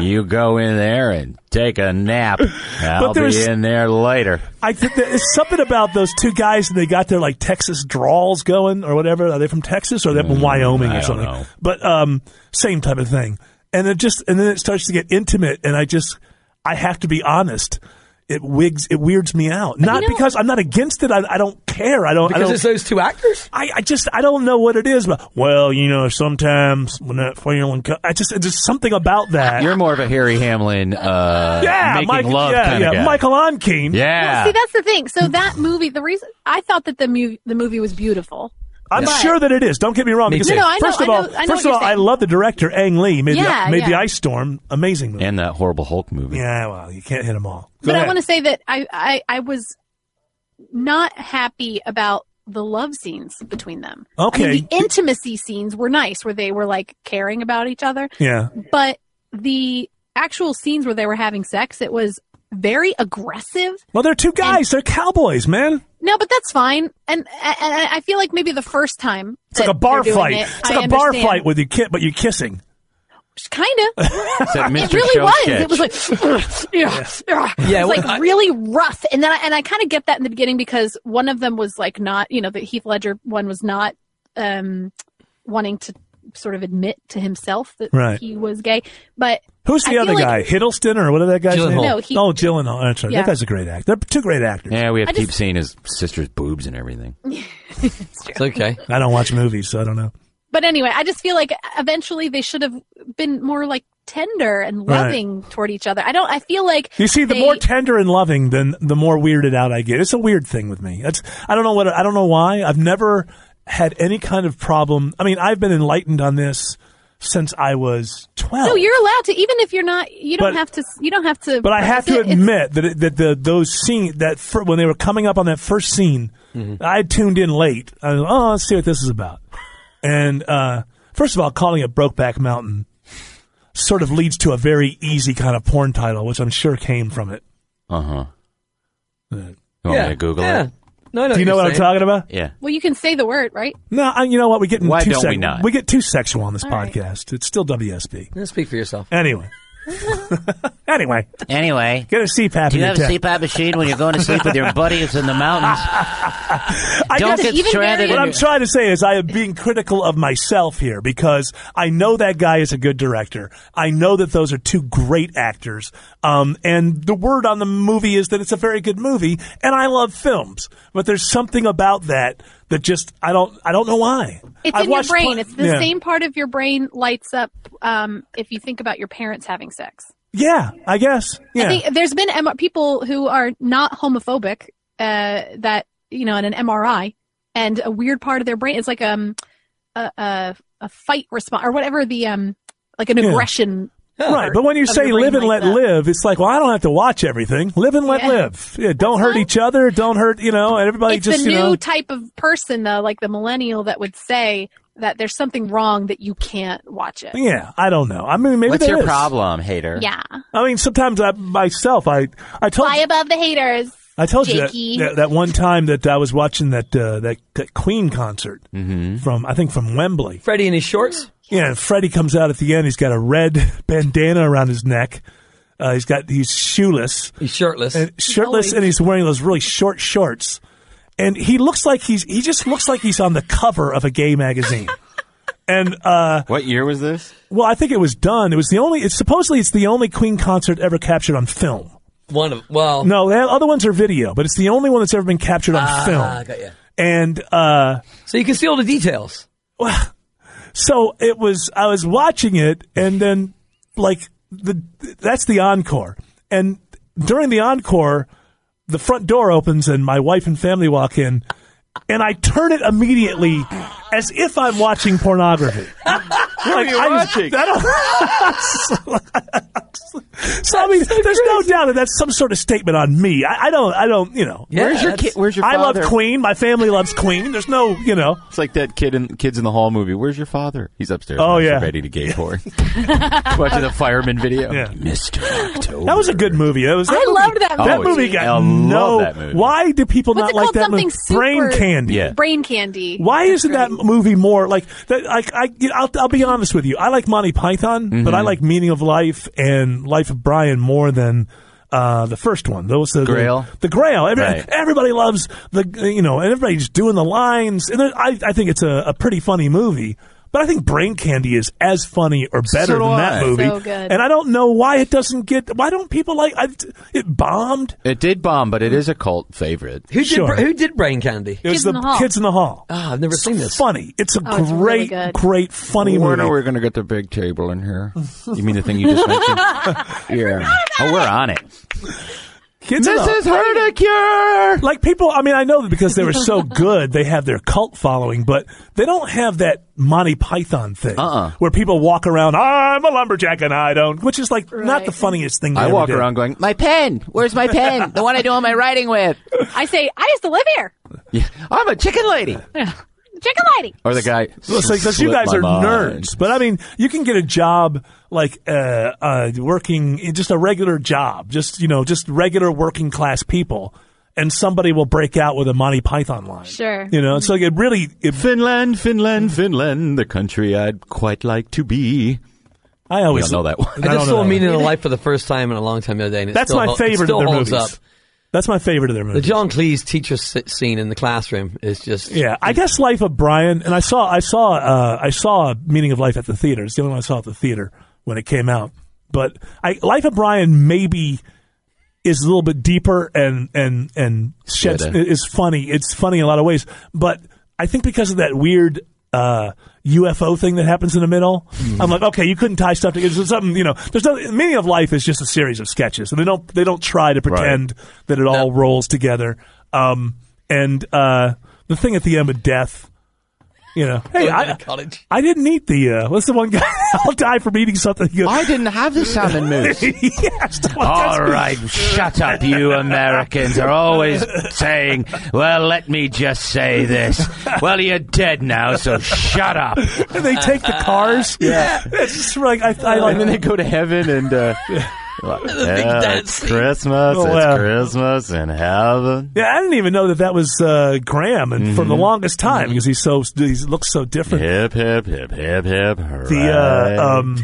S10: you go in there and take a nap. I'll be
S3: there's-
S10: in there later.
S3: I think there is something about those two guys, and they got their like Texas drawls going or whatever. Are they from Texas or are they from Wyoming
S10: Mm, I
S3: or
S10: don't
S3: something?
S10: know.
S3: But um, same type of thing. And it just and then it starts to get intimate, and I just I have to be honest. It wigs it weirds me out. Not because I'm not against it. I, I don't care. I don't. I
S7: Because
S3: don't
S7: it's those two actors.
S3: I, I just I don't know what it is, but well, you know, sometimes when that feeling, co- I just there's something about that.
S10: You're more of a Harry Hamlin, uh,
S3: yeah,
S10: making
S3: Michael,
S10: love
S3: yeah,
S10: kind
S3: yeah.
S10: of guy.
S3: Michael Onkeen.
S10: yeah.
S15: See, that's the thing. So that movie, the reason I thought that the movie the movie was beautiful.
S3: I'm
S15: But-
S3: sure that it is. Don't get me wrong.
S15: Me
S3: because
S15: too. No, no, I know-
S3: first of
S15: I know-
S3: all,
S15: I know
S3: first
S15: what
S3: of
S15: you're
S3: all, I
S15: saying.
S3: love the director Ang Lee. Made,
S15: Yeah,
S3: the, made the
S15: yeah.
S3: Ice Storm, amazing movie.
S10: And that horrible Hulk movie.
S3: Yeah, well, you can't hit them all. Go
S15: but I
S3: ahead.
S15: want to say that I, I I was not happy about the love scenes between them. I mean,
S3: Okay.
S15: the intimacy scenes were nice, where they were like caring about each other.
S3: Yeah.
S15: But the actual scenes where they were having sex, it was very aggressive.
S3: Well, they're two guys. they're cowboys, man.
S15: No, but that's fine. And, and I I feel like maybe the first time
S3: It's like
S15: that
S3: a bar
S15: they're doing
S3: fight.
S15: it,
S3: it's like
S15: I
S3: a bar
S15: understand.
S3: fight with you, ki- but you're kissing.
S15: Kind of.
S10: Mr.
S15: It really
S10: Show
S15: was.
S10: Sketch.
S15: It was like, yeah, yeah.
S10: Yeah,
S15: it was like
S10: well, I-
S15: really rough. And then, I, and I kind of get that in the beginning because one of them was like not, you know, the Heath Ledger one was not um, wanting to sort of admit to himself that
S3: Right.
S15: he was gay. But
S3: Who's the
S15: I feel
S3: other
S15: like-
S3: guy? Hiddleston or what are that guy's
S15: Gyllenhaal.
S3: name?
S15: No, he-
S3: oh, Gyllenhaal. That's right.
S15: Yeah.
S3: That guy's a great actor. They're two great actors.
S10: Yeah, we have
S15: I
S10: to keep
S15: just-
S10: seeing his sister's boobs and everything.
S15: It's
S7: okay.
S3: I don't watch movies, so I don't know.
S15: But anyway, I just feel like eventually they should have been more like tender and
S3: Right.
S15: loving toward each other. I don't. I feel like
S3: You see, the
S15: they-
S3: more tender and loving, then the more weirded out I get. It's a weird thing with me. That's I don't know what I don't know why. I've never had any kind of problem. I mean, I've been enlightened on this since I was twelve.
S15: No, you're allowed to. Even if you're not, you don't
S3: But-
S15: have to. You don't have to.
S3: But I have to
S15: It's-
S3: admit that it, that the those scene that fir- when they were coming up on that first scene, I tuned in late. I was, oh, let's see what this is about. And uh, first of all, calling it Brokeback Mountain sort of leads to a very easy kind of porn title, which I'm sure came from it.
S10: Uh huh.
S3: You
S10: want me to Google
S3: yeah.
S10: it?
S7: No,
S3: Do you know what I'm talking about?
S10: Yeah.
S15: Well, you can say the word, right?
S3: No, I, you know what? We get
S10: Why
S3: too
S10: don't
S3: sec-
S10: we not?
S3: We get too sexual on this
S15: All right.
S3: podcast. It's still WSB.
S7: Yeah, speak for yourself.
S3: Anyway, anyway,
S18: Anyway,
S3: get a CPAP.
S18: do
S3: in
S18: you
S3: your
S18: have a
S3: tent.
S18: CPAP machine when you're going to sleep with your buddies in the mountains?
S3: I
S18: Don't
S3: guess-
S18: get Even stranded very-
S3: What
S18: in
S3: I'm
S18: your-
S3: trying to say is I am being critical of myself here because I know that guy is a good director. I know that those are two great actors. Um, and the word on the movie is that it's a very good movie, and I love films. But there's something about that that just I don't I don't know why.
S15: It's
S3: I've
S15: in your
S3: watched
S15: brain.
S3: pl-
S15: it's the
S3: Yeah.
S15: same part of your brain lights up um, if you think about your parents having sex.
S3: Yeah, I guess. Yeah.
S15: I think there's been M- people who are not homophobic uh, that you know in an MRI and a weird part of their brain it's like um a a, a fight response or whatever the um like an
S3: Yeah.
S15: aggression.
S3: Right,
S15: part
S3: but when you
S15: of
S3: say
S15: your brain
S3: live and let
S15: lights up.
S3: live, it's like, well, I don't have to watch everything. Live and let
S15: Yeah.
S3: live. Yeah, don't hurt each other. Don't hurt, you know, and everybody
S15: it's
S3: just,
S15: the
S3: you
S15: new
S3: know.
S15: type of person though, like the millennial that would say that there's something wrong that you can't watch it.
S3: yeah, I don't know. I mean, maybe
S10: What's
S3: there
S10: your
S3: is.
S10: problem, hater?
S15: Yeah.
S3: I mean, sometimes I myself, I I told
S15: Fly above the haters.
S3: I told
S15: Jakey.
S3: you that, that, that one time that I was watching that uh, that, that Queen concert
S10: Mm-hmm.
S3: from I think from Wembley.
S7: Freddie in his shorts.
S3: Yeah, and Freddie comes out at the end. He's got a red bandana around his neck. Uh, he's got he's shoeless,
S7: He's shirtless.
S3: and shirtless, and he's wearing those really short shorts. And he looks like he's he just looks like he's on the cover of a gay magazine. and uh,
S10: What year was this?
S3: well, I think it was done. It was the only. It's supposedly it's the only Queen concert ever captured on film.
S7: One of well,
S3: No, the other ones are video, but it's the only one that's ever been captured on
S7: Ah,
S3: film.
S7: got ya.
S3: And uh,
S7: so you can see all the details.
S3: Well, so it was. I was watching it, and then like the that's the encore, and during the encore, the front door opens, and my wife and family walk in, and I turn it immediately as if I'm watching pornography.
S14: are you
S3: I just-
S14: watching?
S3: I don't- so I mean, there's no doubt that that's some sort of statement on me. I, I don't. I don't. You know.
S10: Where's your ki- where's your
S3: I love
S10: father?
S3: Queen. My family loves Queen. There's no. You know.
S10: It's like that kid in Kids in the Hall movie. Where's your father? He's upstairs.
S3: Oh, yeah.
S10: ready to gay porn. Watching the fireman video.
S3: Yeah.
S10: Mr. October.
S3: That was a good movie. That was.
S15: I
S3: that movie-
S15: loved that
S3: That
S15: movie.
S3: movie got
S10: I love
S3: no.
S10: that movie.
S3: Why do people
S15: What's
S3: not
S15: it
S3: like
S15: called?
S3: that
S15: Something
S3: movie?
S15: super
S3: Brain candy.
S15: Brain candy.
S3: Why isn't that movie more like that? Like I, you know, I'll, I'll be honest with you. I like Monty Python, but I like Meaning of Life and Life of Brian more than uh, the first one. Those are the
S10: Grail?
S3: The, Grail. Every-
S10: Right.
S3: Everybody loves the you know, and everybody's doing the lines. And there- I, I think it's a, a pretty funny movie. But I think Brain Candy is as funny or better
S10: So do
S3: than that
S10: I.
S3: movie.
S10: So good.
S3: And I don't know why it doesn't get. Why don't people like I, it? Bombed.
S10: It did bomb, but it is a cult favorite.
S7: Who did who did Brain Candy?
S3: It was the, Kids in the Hall.
S7: Ah, I've never seen this.
S3: Funny. It's a
S7: Oh, it's
S3: great,
S7: really good.
S3: great, funny
S10: when
S3: movie.
S10: are we going to get the big table in here? You mean the thing you just mentioned? yeah. Oh, we're on it.
S3: Kids in the-
S10: Mrs. Herdecure!
S3: Like people, I mean, I know that because they were so good, they have their cult following, but they don't have that Monty Python thing
S10: Uh-uh.
S3: where people walk around, I'm a lumberjack and I don't, which is like not the funniest thing. They
S10: I
S3: ever
S10: walk
S3: did.
S10: around going,
S6: My pen. Where's my pen? the one I do all my writing with.
S15: I say I used to live here.
S6: I'm a chicken lady.
S15: Chicken lady.
S10: or the guy.
S3: Looks like those you
S10: "Slit
S3: guys
S10: my
S3: are
S10: mind."
S3: nerds, but I mean, you can get a job like uh, uh, working in just a regular job, just you know, just regular working class people, and somebody will break out with a Monty Python line.
S15: Sure.
S3: You know, it's like it really. It,
S10: Finland, Finland, Finland, the country I'd quite like to be.
S3: I
S10: always know that one.
S7: I, just saw Meaning of Life for the first time in a long time the other day. And it
S3: That's
S7: still
S3: my
S7: hol- it
S3: favorite
S7: still
S3: of their
S7: holds
S3: movies.
S7: Up.
S3: That's my favorite of their
S7: The
S3: movies.
S7: John Cleese teacher s- scene in the classroom is just
S3: Yeah, I guess Life of Brian, and I saw, I saw, uh, I saw Meaning of Life at the theater. It's the only one I saw at the theater when it came out. But I, Life of Brian maybe is a little bit deeper and and and sheds,
S10: Shoulda.
S3: is funny. It's funny in a lot of ways, but I think because of that weird. Uh, UFO thing that happens in the middle.
S6: Hmm.
S3: I'm like, okay, you couldn't tie stuff together. There's something, you know. There's no meaning of life is just a series of sketches, and they don't they don't try to pretend that it all rolls together. Um, and uh, the thing at the end with death, you know, hey, I, I didn't eat the. Uh, what's the one guy? I'll die from eating something. He goes,
S6: I didn't have the salmon mousse.
S3: yes,
S6: All right, shut up, you Americans are always saying, well, let me just say this. Well, you're dead now, so shut up.
S3: And they take the cars.
S6: Yeah.
S3: it's just like I, I like.
S10: and then they go to heaven and. Uh, "Yeah, it's Christmas,
S3: Oh,
S10: it's
S3: wow.
S10: Christmas in heaven.
S3: Yeah, I didn't even know that that was uh, Graham, and for the longest time because he's so he looks so different.
S10: Hip, hip, hip, hip, hip.
S3: The
S10: hooray.
S3: uh, um,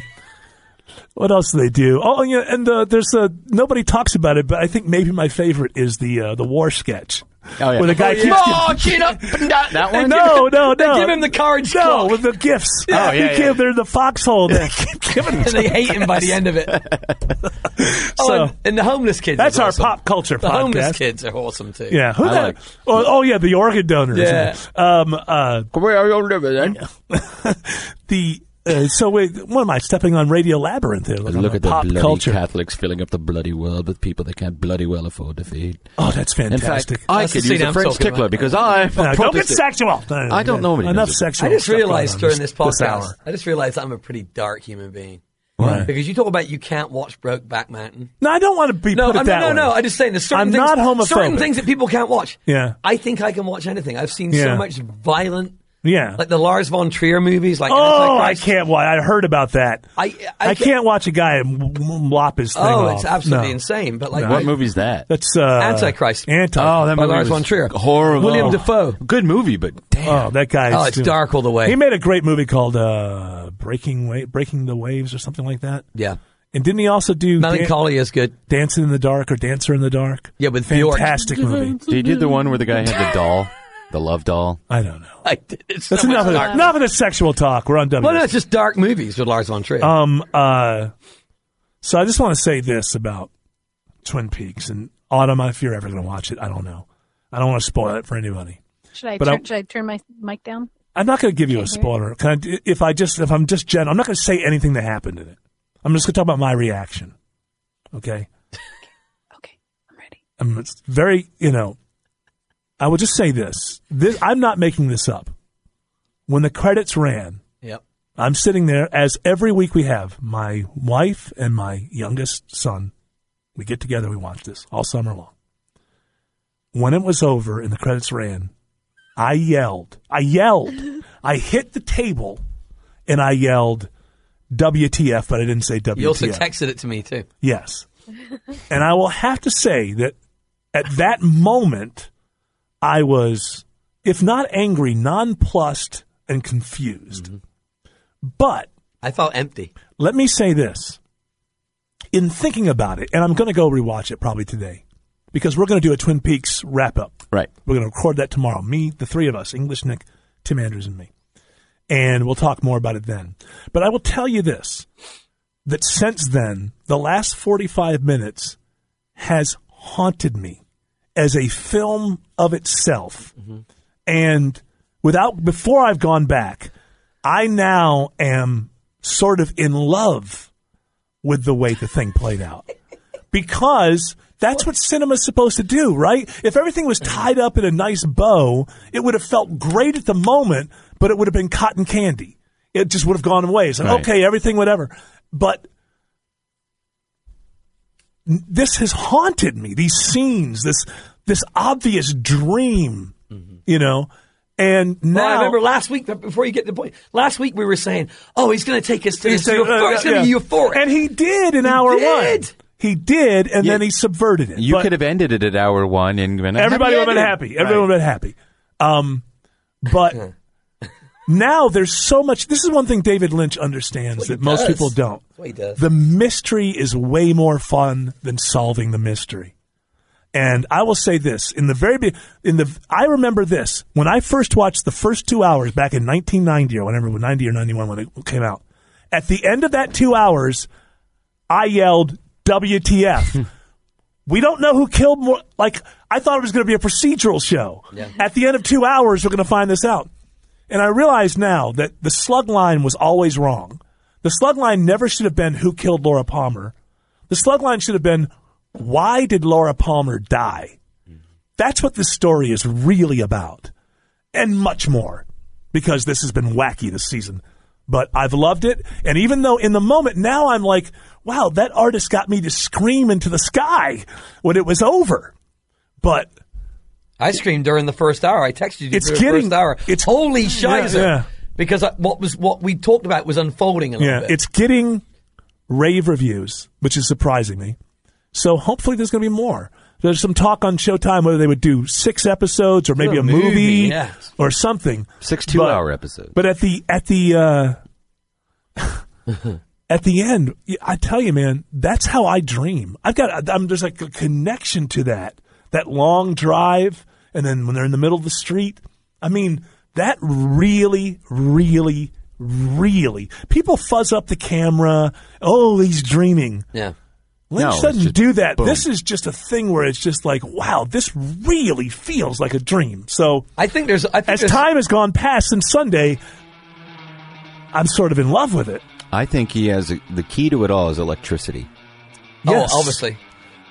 S3: what else do they do? Oh, yeah, and uh, there's uh, nobody talks about it, but I think maybe my favorite is the uh, the war sketch.
S10: Oh, yeah.
S3: Where the guy
S10: Oh,
S3: keeps
S14: Marching up and down.
S10: That
S3: They give
S10: one?
S3: No, no,
S7: they
S3: no.
S7: give him the courage
S3: No,
S7: clock.
S3: with the gifts.
S7: Yeah. Oh,
S3: They
S7: yeah, yeah.
S3: give- They're the foxhole. They keep giving
S7: and they hate him by the end of it. oh,
S3: So-
S7: and, and the homeless kids.
S3: That's
S7: is
S3: our
S7: awesome.
S3: pop culture
S7: The homeless
S3: podcast.
S7: kids are awesome too.
S3: Yeah, who that? oh, oh, yeah, the organ donors.
S7: Yeah.
S3: Um. Uh. the uh, so wait, what am I stepping on Radio Labyrinth here? Like, I'm
S10: Look
S3: a
S10: at the
S3: pop
S10: bloody
S3: culture.
S10: Catholics filling up the bloody world with people they can't bloody well afford to feed.
S3: Oh, that's fantastic.
S10: In fact, I
S3: That's
S10: could
S3: the
S10: use
S3: scene
S10: a
S3: I'm
S10: French
S3: talking
S10: tickler
S3: about.
S10: because I
S3: Uh,
S10: am a
S3: don't get
S10: Protestant.
S3: sexual. No, no,
S10: I don't
S3: no.
S10: know many
S3: enough
S10: music.
S3: sexual.
S7: I just
S3: stuff going
S7: realized
S3: on
S7: during this podcast.
S3: hour.
S7: I just realized I'm a pretty dark human being.
S3: Why?
S7: Because you talk about you can't watch Brokeback Mountain.
S3: No, I don't want to be
S7: No,
S3: put
S7: I'm,
S3: it that
S7: no,
S3: way.
S7: no, I'm just saying there's certain
S3: I'm
S7: things,
S3: not homophobic.
S7: certain things that people can't watch.
S3: Yeah.
S7: I think I can watch anything. I've seen
S3: Yeah.
S7: so much violent,
S3: Yeah.
S7: like the Lars von Trier movies, like
S3: oh, I
S7: Antichrist.
S3: can't watch. I heard about that.
S7: I- I
S3: can't, watch a guy and w- w- lop his thing
S7: Oh,
S3: off.
S7: it's absolutely
S3: No.
S7: insane. But like,
S3: No.
S10: What movie's that?
S3: That's uh,
S7: Antichrist.
S3: Antichrist.
S10: Oh, that
S7: By
S10: movie
S7: Lars
S10: was
S7: von Trier.
S10: horrible.
S7: William
S10: Oh.
S7: Dafoe.
S10: Good movie, but damn.
S3: Oh, that guy!
S7: Oh,
S3: is
S7: it's
S3: too-
S7: dark all the way.
S3: He made a great movie called uh, "Breaking Wa- Breaking the Waves" or something like that.
S7: yeah,
S3: And didn't he also do Dan-
S7: Melancholy is good.
S3: "Dancing in the Dark" or "Dancer in the Dark"?
S7: Yeah, with Bjork.
S3: fantastic movie.
S10: Did you do the one where the guy had the doll, the love doll?
S3: I don't know.
S7: I did. It's
S3: That's
S7: so much
S3: enough of
S7: dark.
S3: the, enough of the sexual talk. We're on W.
S7: Well, no, it's just dark
S3: Oh.
S7: movies with Lars von Trier.
S3: Um. Uh. So I just want to say this about Twin Peaks. And Autumn, if you're ever going to watch it, I don't know. I don't want to spoil it for anybody.
S15: Should I,
S3: But
S15: turn,
S3: I-
S15: should I turn my mic down?
S3: I'm not going to give you a
S15: Can't hear
S3: spoiler. Can I, d- if I just if I'm just general, I'm not going to say anything that happened in it. I'm just going to talk about my reaction. Okay. Okay. I'm ready. I'm it's very you know. I will just say this. This I'm not making this up. When the credits ran,
S7: Yep.
S3: I'm sitting there as every week we have my wife and my youngest son. We get together, we watch this all summer long. When it was over and the credits ran, I yelled. I yelled. I hit the table and I yelled WTF, but I didn't say WTF.
S7: You also texted it to me too.
S3: Yes. And I will have to say that at that moment, I was, if not angry, nonplussed and confused. But
S7: I felt empty.
S3: let me say this. In thinking about it, and I'm going to go rewatch it probably today because we're going to do a Twin Peaks wrap up.
S10: Right.
S3: We're going to record that tomorrow. Me, the three of us, English Nick, Tim Andrews, and me. And we'll talk more about it then. But I will tell you this that since then, the last 45 minutes has haunted me as a film of itself. And without, before I've gone back, I now am sort of in love with the way the thing played out. Because that's what cinema's supposed to do, right? If everything was tied up in a nice bow, it would have felt great at the moment, but it would have been cotton candy. It just would have gone away. It's like,
S20: Right.
S3: okay, everything, whatever. But n- this has haunted me. These scenes, this this obvious dream, you know. And now
S7: Mm-hmm. Well, I remember last week, before you get to the point, last week we were saying, oh, he's going to take us to
S3: He's
S7: this
S3: saying,
S7: euphor-
S3: uh,
S7: it's going to
S3: yeah.
S7: be euphoric.
S3: And he did in
S7: He
S3: hour
S7: did.
S3: one. He did, and then he subverted it.
S10: You
S3: But
S10: could have ended it at hour one and been
S3: everybody would have been happy. Everyone would have been happy. Um, but now there's so much. This is one thing David Lynch understands that most
S7: does.
S3: people don't.
S7: That's what he does.
S3: The mystery is way more fun than solving the mystery. And I will say this in the very be- in the I remember this when I first watched the first two hours back in 1990 or whenever 90 or 91 when it came out. At the end of that two hours, I yelled WTF. we don't know who killed more. Like I thought it was going to be a procedural show.
S20: Yeah.
S3: At the end of two hours, we're going to find this out. And I realize now that the slug line was always wrong. The slug line never should have been who killed Laura Palmer. The slug line should have been why did Laura Palmer die? That's what this story is really about, and much more, because this has been wacky this season. But I've loved it, and even though in the moment now I'm like, wow, that artist got me to scream into the sky when it was over. But
S7: I screamed during the first hour. I texted you
S3: It's
S7: during the
S3: getting-
S7: first hour. It's holy shizer.
S3: yeah.
S7: Because I, what was what we talked about was unfolding a little
S3: yeah,
S7: bit.
S3: it's getting rave reviews, which is surprising me. So hopefully there's going to be more. There's some talk on Showtime whether they would do six episodes or maybe
S10: Do
S3: a,
S10: a movie,
S3: movie
S10: yeah.
S3: or something.
S10: Six two-hour episodes.
S3: But at the at the uh, at the end, y- I tell you, man, that's how I dream. I've got I'm there's like a connection to that that long drive, and then when they're in the middle of the street, I mean, that really, really, really people fuzz up the camera. Oh, he's dreaming.
S7: Yeah.
S3: Lynch
S7: No, it's
S3: doesn't
S7: just
S3: do that.
S7: boom.
S3: This is just a thing where it's just like, wow, this really feels like a dream. So
S7: I think there's I think
S3: as
S7: there's-
S3: time has gone past since Sunday, I'm sort of in love with it.
S10: I think he has a, the key to it all is electricity.
S3: Yes.
S7: Oh, obviously.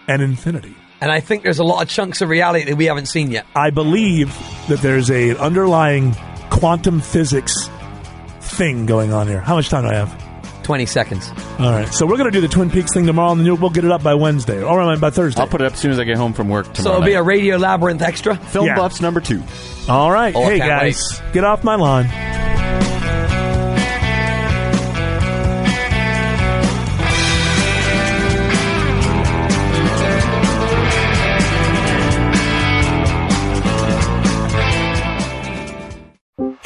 S3: And infinity.
S7: And I think there's a lot of chunks of reality that we haven't seen yet.
S3: I believe that there's a underlying quantum physics thing going on here. How much time do I have?
S7: 20 seconds.
S3: All right, so we're going to do the Twin Peaks thing tomorrow, and then we'll get it up by Wednesday, or um, by Thursday.
S10: I'll put it up as soon as I get home from work
S7: So
S10: tomorrow.
S7: it'll be
S10: night.
S7: a Radio Labyrinth extra. Film
S10: buffs number two.
S3: All right,
S7: Oh, I
S3: hey
S7: can't
S3: guys, get off my lawn.